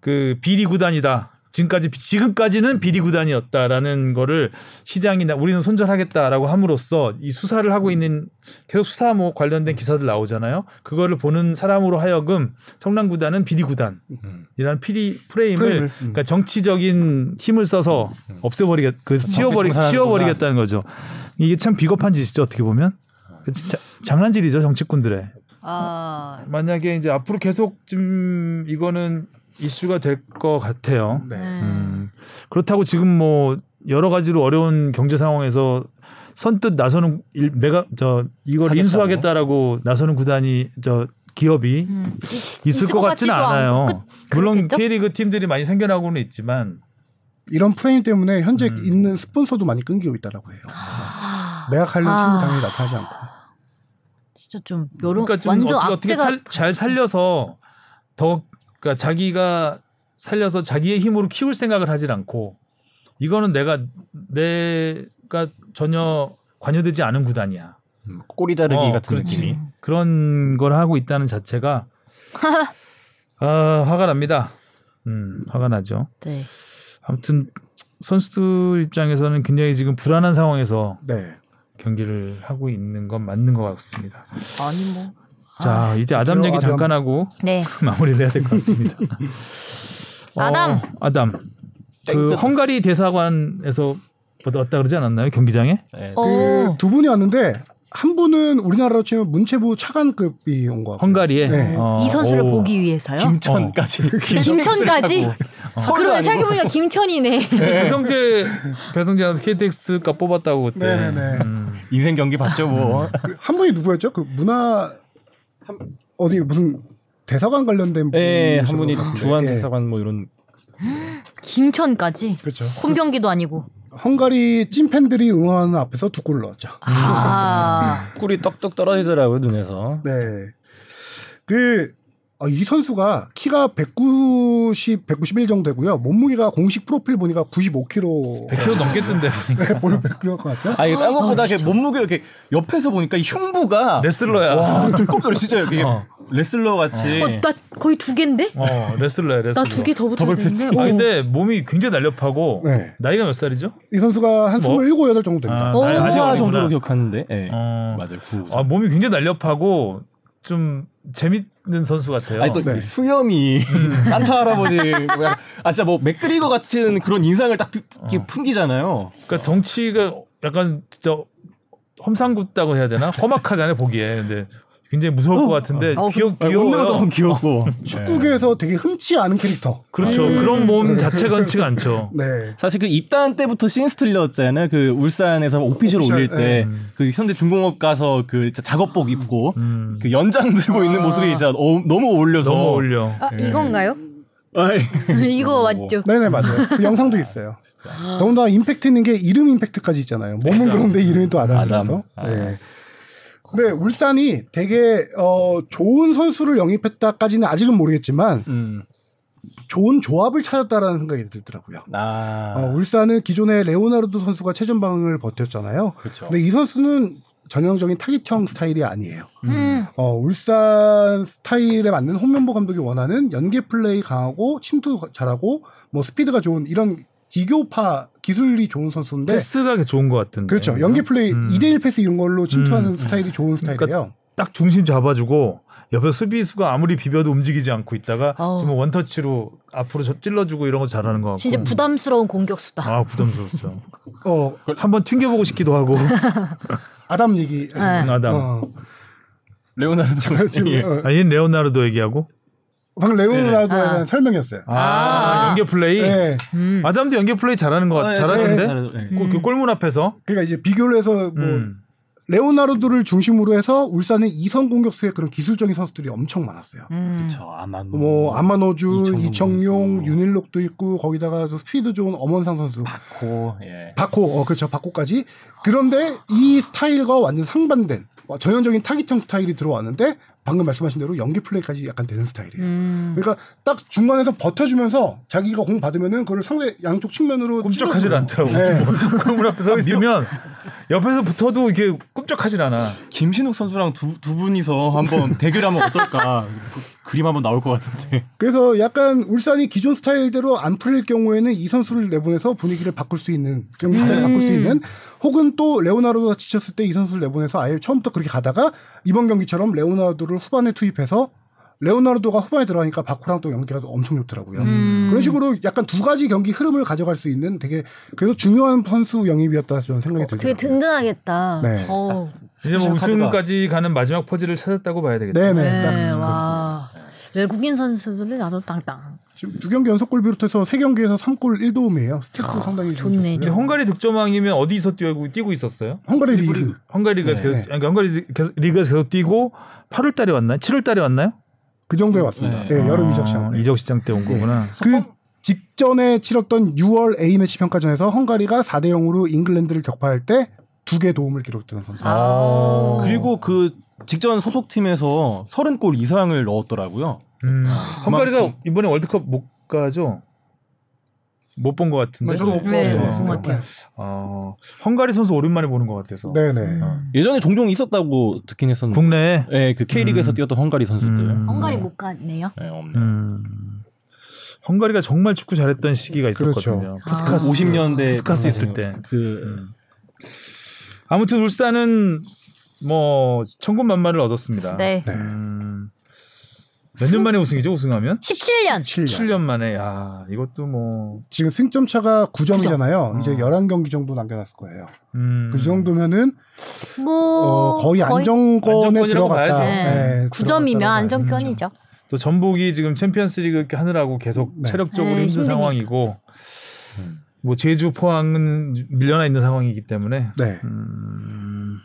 S2: 그 비리 구단이다. 지금까지 지금까지는 비리 구단이었다라는 거를 시장이나 우리는 손절하겠다라고 함으로써 이 수사를 하고 있는 계속 수사 뭐 관련된 기사들 나오잖아요. 그거를 보는 사람으로 하여금 성남 구단은 비리 구단이라는 피리 프레임을
S4: 프레임을, 음.
S2: 그러니까 정치적인 힘을 써서 없애버리겠 그 씌워버리
S3: 음. 정치 청산하는구나.
S2: 씌워버리겠다는 거죠. 이게 참 비겁한 짓이죠 어떻게 보면 그 진짜 장난질이죠 정치꾼들의.
S1: 아,
S2: 만약에 이제 앞으로 계속 좀 이거는 이슈가 될 것 같아요.
S1: 네.
S2: 음, 그렇다고 지금 뭐 여러 가지로 어려운 경제 상황에서 선뜻 나서는 일, 매각 저 이걸
S3: 사겠다고?
S2: 인수하겠다라고 나서는 구단이 저 기업이
S1: 음.
S2: 있을 것
S1: 같지도
S2: 같지는 않아요.
S1: 않고 끝-
S2: 물론
S1: 그렇겠죠?
S2: K리그 팀들이 많이 생겨나고는 있지만
S4: 이런 프레임 때문에 현재
S2: 음.
S4: 있는 스폰서도 많이 끊기고 있다라고 해요.
S2: 네.
S1: 아,
S4: 매각하려는
S1: 아.
S4: 팀이 당연히 나타나지 않고.
S1: 진짜 좀 여러
S2: 그러니까 좀
S1: 완전
S2: 어떻게, 어떻게
S1: 악재가
S2: 살, 잘 살려서 더 그러니까 자기가 살려서 자기의 힘으로 키울 생각을 하질 않고 이거는 내가 내가 전혀 관여되지 않은 구단이야.
S3: 음, 꼬리 자르기
S2: 어,
S3: 같은
S2: 그렇지.
S3: 느낌이.
S2: 그런 걸 하고 있다는 자체가 아, 화가 납니다. 음, 화가 나죠.
S1: 네.
S2: 아무튼 선수들 입장에서는 굉장히 지금 불안한 상황에서
S4: 네.
S2: 경기를 하고 있는 건 맞는 것 같습니다.
S1: 아니 뭐.
S2: 자, 이제 아담
S4: 드디어
S2: 얘기
S4: 아담.
S2: 잠깐 하고
S1: 네.
S2: 그 마무리를 해야 될 것 같습니다. 어,
S1: 아담.
S2: 아담. 그 헝가리 대사관에서 얻다 그러지 않았나요? 경기장에?
S3: 예,
S1: 어.
S4: 그 두 분이 왔는데 한 분은 우리나라로 치면 문체부 차관급이 온 거. 같고.
S2: 헝가리에
S4: 네.
S2: 어,
S1: 이 선수를
S2: 오.
S1: 보기 위해서요?
S3: 어. 김천까지. 어.
S1: 김천까지? 아, 그러면 생각해보니까 김천이네.
S2: 배성재 배성재 선수 KTX가 뽑았다고 그때.
S4: 네네네.
S2: 음.
S3: 인생 경기 봤죠 뭐.
S4: 그한 분이 누구였죠? 그 문화 한- 어디 무슨 대사관 관련된 분이
S3: 예, 한 분이 주한
S4: 예.
S3: 대사관 뭐 이런
S1: 김천까지?
S4: 그렇죠.
S1: 홈 경기도 아니고.
S4: 헝가리 찐팬들이 응원하는 앞에서 두 골 넣었죠.
S1: 아.
S3: 꿀이 떡떡 떨어지더라고요 눈에서.
S4: 네. 그, 어, 이 선수가 키가 190, 191 정도 되고요. 몸무게가 공식 프로필 보니까 95kg.
S2: 100kg 넘겠던데 보니까.
S4: 볼 100kg 네, 것 같죠?
S3: 아 이게 딴 것보다 이렇게 몸무게 이렇게 옆에서 보니까 이 흉부가
S2: 레슬러야.
S3: 와 두껍더라 진짜 여기
S2: 어.
S3: 레슬러 같이.
S1: 어, 나 거의 두 개인데?
S2: 어 레슬러야
S1: 나
S2: 레슬러.
S1: 두 개 더 붙어야
S3: 더블 패스.
S1: 되는데.
S2: 아
S1: 어.
S2: 근데 몸이 굉장히 날렵하고
S4: 네.
S2: 나이가 몇 살이죠?
S4: 이 선수가 한
S2: 뭐?
S4: 27, 8 정도 됩니다.
S1: 어.
S2: 나이-
S1: 오.
S2: 아직 네.
S3: 아시아
S2: 어리구나.
S3: 정도로 기억하는데. 예.
S2: 어.
S3: 맞아요. 구.
S2: 아 몸이 굉장히 날렵하고 좀 재밌는 선수 같아요.
S3: 아니 또
S4: 네.
S3: 수염이 산타 할아버지 뭐야. 아 진짜 뭐 맥그리거 같은 그런 인상을 딱 피- 이렇게 풍기잖아요.
S2: 그러니까 덩치가 약간 진짜 험상궂다고 해야 되나? 험악하잖아요 보기에. 근데 굉장히 무서울 것 같은데
S3: 어,
S2: 귀여
S3: 아, 웃는 것도
S2: 귀여워요.
S3: 너무 귀엽고.
S4: 축구계에서 되게 흔치 않은 캐릭터.
S2: 그렇죠.
S3: 음.
S2: 그런 몸 자체가 흔치가 않죠.
S4: 네.
S3: 사실 그 입단 때부터 신스틀렸잖아요. 그 울산에서 오피셜
S4: 오피셜,
S3: 올릴 때 그 현대 중공업 가서 그 진짜 작업복 입고
S2: 음.
S3: 그 연장 들고 있는 모습이 진짜 어- 너무 어울려서
S2: 너무 어울려.
S1: 아, 이건가요?
S3: 아이.
S1: 이거 맞죠?
S4: 네네, 맞아요. 그 영상도 있어요. 더군다나 임팩트 있는 게 이름 임팩트까지 있잖아요. 몸은 그런데 이름이 또 아담이라서.
S3: 아담.
S4: 네. 근데 울산이 되게 어, 좋은 선수를 영입했다까지는 아직은 모르겠지만
S3: 음.
S4: 좋은 조합을 찾았다라는 생각이 들더라고요.
S3: 아.
S4: 어, 울산은 기존에 레오나르도 선수가 최전방을 버텼잖아요.
S3: 그렇죠.
S4: 근데 이 선수는 전형적인 타깃형 스타일이 아니에요.
S1: 음.
S4: 어, 울산 스타일에 맞는 홍명보 감독이 원하는 연계 플레이 강하고 침투 잘하고 뭐 스피드가 좋은 이런 기교파 기술이 좋은
S1: 네.
S4: 선수인데
S2: 패스가 좋은 것 같은데.
S4: 그렇죠. 연계 플레이
S2: 음.
S4: 2대1 패스 이런 걸로 침투하는
S2: 음.
S4: 스타일이 좋은 스타일이에요.
S2: 딱 중심 잡아주고 옆에 수비수가 아무리 비벼도 움직이지 않고 있다가
S3: 어.
S1: 아우.
S2: 지금 원터치로 앞으로 저- 찔러주고 이런 거 잘하는 것 같고.
S1: 진짜 부담스러운 공격수다.
S2: 아 부담스럽죠.
S4: 어,
S2: 한번 튕겨보고 싶기도 하고.
S4: 아담 얘기.
S1: 네.
S2: 아담.
S4: 어,
S3: 레오나르도
S4: 지금
S3: 예.
S4: 어,
S2: 아, 얘는 레오나르도 얘기하고.
S4: 방금 레오나르도에
S1: 아.
S4: 대한 설명이었어요.
S2: 아, 연계 플레이.
S4: 네.
S1: 음.
S2: 아담도 연계 플레이 잘하는 것 같아. 잘하는데.
S3: 어, 잘하는데. 예.
S2: 골- 그 골문 앞에서.
S4: 그러니까 이제 비교를 해서 뭐
S2: 음.
S4: 레오나르도를 중심으로 해서 울산의 이선 공격수의 그런 기술적인 선수들이 엄청 많았어요.
S1: 음.
S3: 저 아만
S4: 뭐 아마노주,
S3: 이청용
S4: 이청용,
S3: 선수.
S4: 윤일록도 있고 거기다가 또 스피드 좋은 엄원상 선수,
S3: 코 예.
S4: 바코, 어 그렇죠, 바코까지. 그런데 이 스타일과 완전 상반된 어, 전형적인 타깃형 스타일이 들어왔는데 방금 말씀하신 대로 연기 플레이까지 약간 되는 스타일이에요.
S1: 음.
S4: 그러니까 딱 중간에서 버텨주면서 자기가 공 받으면은 그걸 상대 양쪽 측면으로
S2: 꼼짝하질
S4: 찔러주는
S2: 않더라고.
S4: 네.
S2: 골문 앞에 서 있으면 옆에서 붙어도 이게 꼼짝하질 않아.
S3: 김신욱 선수랑 두, 두 분이서 한번 대결하면 어떨까? 그- 그림 한번 나올 것 같은데.
S4: 그래서 약간 울산이 기존 스타일대로 안 풀릴 경우에는 이 선수를 내보내서 분위기를 바꿀 수 있는 경기
S1: 음.
S4: 스타일을 바꿀 수 있는 혹은 또 레오나르도가 지쳤을 때 이 선수를 내보내서 아예 처음부터 그렇게 가다가 이번 경기처럼 레오나르도를 후반에 투입해서 레오나르도가 후반에 들어가니까 바코랑 또 연기가 또 엄청 좋더라고요.
S1: 음.
S4: 그런 식으로 약간 두 가지 경기 흐름을 가져갈 수 있는 되게 그래서 중요한 선수 영입이었다 저는 생각이
S1: 어, 되게
S4: 들더라고요.
S1: 든든하겠다.
S4: 네.
S1: 어우.
S2: 이제 뭐
S3: 스페셜
S2: 우승까지 가는 마지막 퍼즐을 찾았다고 봐야 되겠다.
S4: 네네.
S1: 네,
S4: 딱
S1: 와. 외국인 선수들이 나도 땅땅.
S4: 지금 두 경기 연속골 비롯해서 세 경기에서 3골 1도움이에요. 스탯도 상당히 좀
S1: 아, 좋네.
S4: 좋고요.
S2: 이제 헝가리 득점왕이면 어디서 뛰고 뛰고 있었어요?
S4: 헝가리 리그.
S2: 헝가리가서
S4: 네.
S2: 계속 아니, 헝가리 계속, 리그에서 계속 뛰고 8월 달에 왔나요? 7월 달에 왔나요?
S4: 그 정도에 왔습니다.
S3: 네.
S4: 예, 여름
S2: 아,
S4: 이적 시장. 네.
S2: 이적 시장 때 온 거구나.
S4: 그 직전에 치렀던 6월 A 매치 평가전에서 헝가리가 4대 0으로 잉글랜드를 격파할 때 두 개 도움을 기록했던 선수.
S1: 아.
S3: 그리고 그 직전 소속팀에서 30골 이상을 넣었더라고요.
S2: 음. 헝가리가 이번에 월드컵 못 가죠? 못 본 것 같은데.
S1: 네,
S2: 네.
S1: 그런 것 같아요.
S2: 어, 헝가리 선수 오랜만에 보는 것 같아서.
S4: 네, 네.
S1: 음.
S3: 예전에 종종 있었다고 듣긴 했었는데.
S2: 국내에.
S3: 예, 그 K리그에서
S2: 음.
S3: 뛰었던 헝가리 선수들.
S2: 음.
S1: 헝가리 못 갔네요.
S3: 예, 없네.
S2: 음. 헝가리가 정말 축구 잘했던 시기가 있었거든요. 푸스카스.
S1: 아.
S3: 50년대
S2: 푸스카스 있을 때. 음.
S3: 그
S2: 아무튼 아. 울산은 뭐 천군만마를 얻었습니다.
S1: 네.
S2: 음, 몇 년 만에 우승이죠? 우승하면?
S1: 17년.
S4: 7년.
S2: 7년 만에. 야, 이것도 뭐
S4: 지금 승점 차가 9점이잖아요.
S2: 구점.
S4: 이제
S2: 어.
S4: 11경기 정도 남겨놨을 거예요.
S2: 음.
S4: 그 정도면은
S1: 뭐
S4: 어, 거의 안정권에
S2: 안정권이라고
S4: 들어갔다.
S2: 봐야죠.
S1: 네.
S4: 예,
S1: 9점이면
S4: 들어갔다고
S1: 안정권이죠.
S2: 또 전북이 지금 챔피언스리그 이렇게 하느라고 계속
S4: 네. 음.
S2: 체력적으로
S1: 네,
S2: 힘든
S1: 힘드니까.
S2: 상황이고 뭐 제주 포항은 밀려나 있는 상황이기 때문에
S4: 봐요. 네.
S2: 음,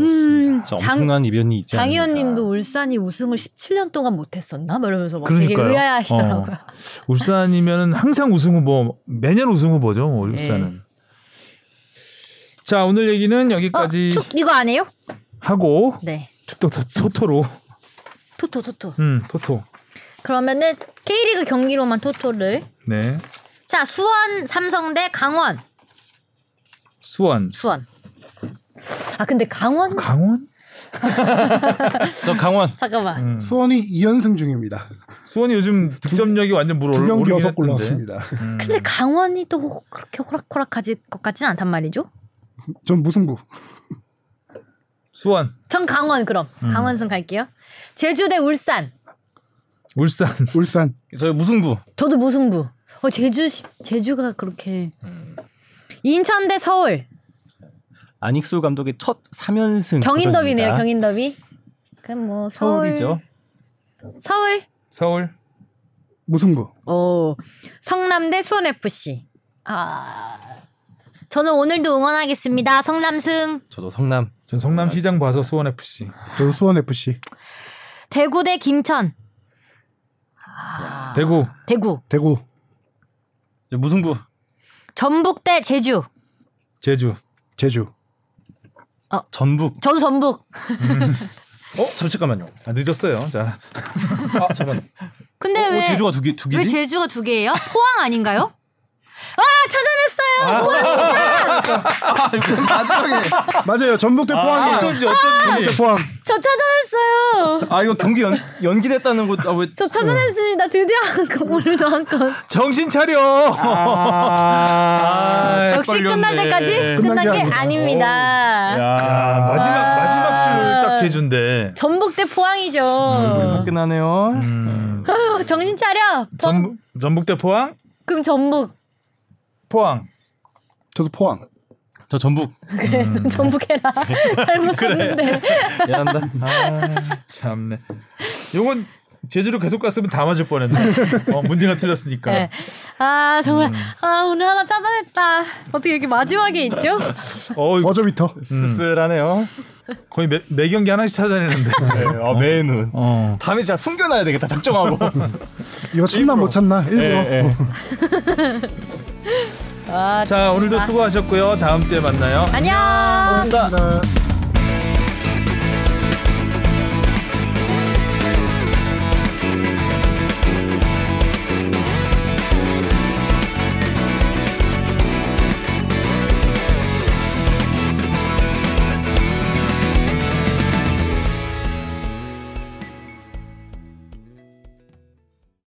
S5: 음,
S3: 진짜
S5: 장,
S3: 엄청난 이변이 있지 않나.
S5: 장의원님도 울산이 우승을 17년 동안 못했었나? 막 이러면서 막 되게
S2: 그러니까요. 어.
S5: 의아해하시더라고요.
S2: 울산이면은 항상 우승 후보 매년 우승 후보죠 뭐 울산은.
S1: 네.
S2: 자 오늘 얘기는
S1: 어,
S2: 여기까지
S1: 축 이거 안 해요?
S2: 하고
S1: 네.
S2: 축덕 소- 소토로
S1: 토토 토토.
S2: 음 토토
S1: 그러면은 K리그 경기로만 토토를.
S2: 네
S1: 자, 수원, 삼성대 강원.
S2: 수원
S1: 수원.
S5: 아 근데 강원
S2: 강원
S3: 저 강원
S5: 잠깐만.
S2: 음.
S4: 수원이 2연승 중입니다.
S2: 수원이 요즘 득점력이 완전
S4: 두
S2: 물어오르고
S4: 경기 6골 넣었습니다.
S5: 근데 강원이 또 호- 그렇게 호락호락하지 것 같진 않단 말이죠.
S4: 전 무승부.
S2: 수원
S5: 전 강원 그럼
S2: 음.
S5: 강원승 갈게요. 제주 대 울산.
S2: 울산
S4: 울산.
S3: 저 무승부
S5: 저도 무승부. 어 제주 시- 제주가 그렇게
S2: 음.
S5: 인천 대 서울.
S3: 안익수 감독의 첫 3연승
S5: 경인더비네요. 경인더비. 그럼 뭐 서울
S3: 서울이죠.
S5: 서울.
S2: 서울
S4: 무승부.
S5: 어
S1: 성남 대 수원 FC. 아. 저는 오늘도 응원하겠습니다. 성남승.
S3: 저도 성남
S2: 전
S4: 네.
S2: 성남시장 봐서 수원 FC
S4: 그리고 수원 FC.
S1: 대구 대 김천.
S5: 아.
S2: 대구
S1: 대구.
S4: 대구.
S3: 저 무승부
S1: 전북 대 제주.
S2: 제주
S4: 제주.
S3: 전북.
S1: 저도 전북.
S3: 어 잠시만요.
S2: 아, 늦었어요 자
S3: 아 잠깐.
S1: 근데
S3: 어,
S1: 왜
S3: 제주가 두 개 두
S1: 왜
S3: 개지?
S1: 제주가 두 개예요? 포항 아닌가요? 아,
S3: 마지막에.
S4: 맞아요. 전북 대 포항이에요.
S2: 어쩐지 어쩐지
S4: 포항.
S5: 저 찾아냈어요.
S3: 아 이거 경기 연, 연기됐다는 거. 아, 왜
S5: 저 찾아냈습니다. 드디어 한 건, 오늘도 한 건.
S2: 정신 차려
S3: 네,
S2: 아,
S5: 역시 끝날
S3: 예,
S5: 때까지 끝난
S4: 끝난 게
S5: 게
S4: 아니라.
S5: 아닙니다.
S2: 야, 마지막 마지막 줄딱 제주인데
S5: 전북 대 포항이죠.
S3: 화끈하네요.
S2: 음,
S5: 어, 정신 차려. 포항-
S2: 전북 전북대 포항
S5: 그럼 전북.
S2: 포항
S4: 저도 포항.
S3: 저 전북
S5: 그래 전북 해라. 잘못 썼는데.
S3: 미안한다.
S2: 아, 참네 요건 제주로 계속 갔으면 다 맞을 뻔했네 어, 문제가 틀렸으니까
S5: 네. 아 정말 아 오늘 하나 찾아냈다. 어떻게 이렇게 마지막에 있죠?
S2: 어 이거
S4: 버저비터.
S3: 씁쓸하네요.
S2: 거의 매, 매 경기 하나씩 찾아내는데
S3: 어, 매는.
S2: 어.
S3: 다음에 진짜 숨겨놔야 되겠다. 작정하고.
S4: 이거 참나 못 찾나? 일부러.
S5: 아,
S2: 자 오늘도 수고하셨고요 다음 주에 만나요
S5: 안녕.
S4: 감사합니다.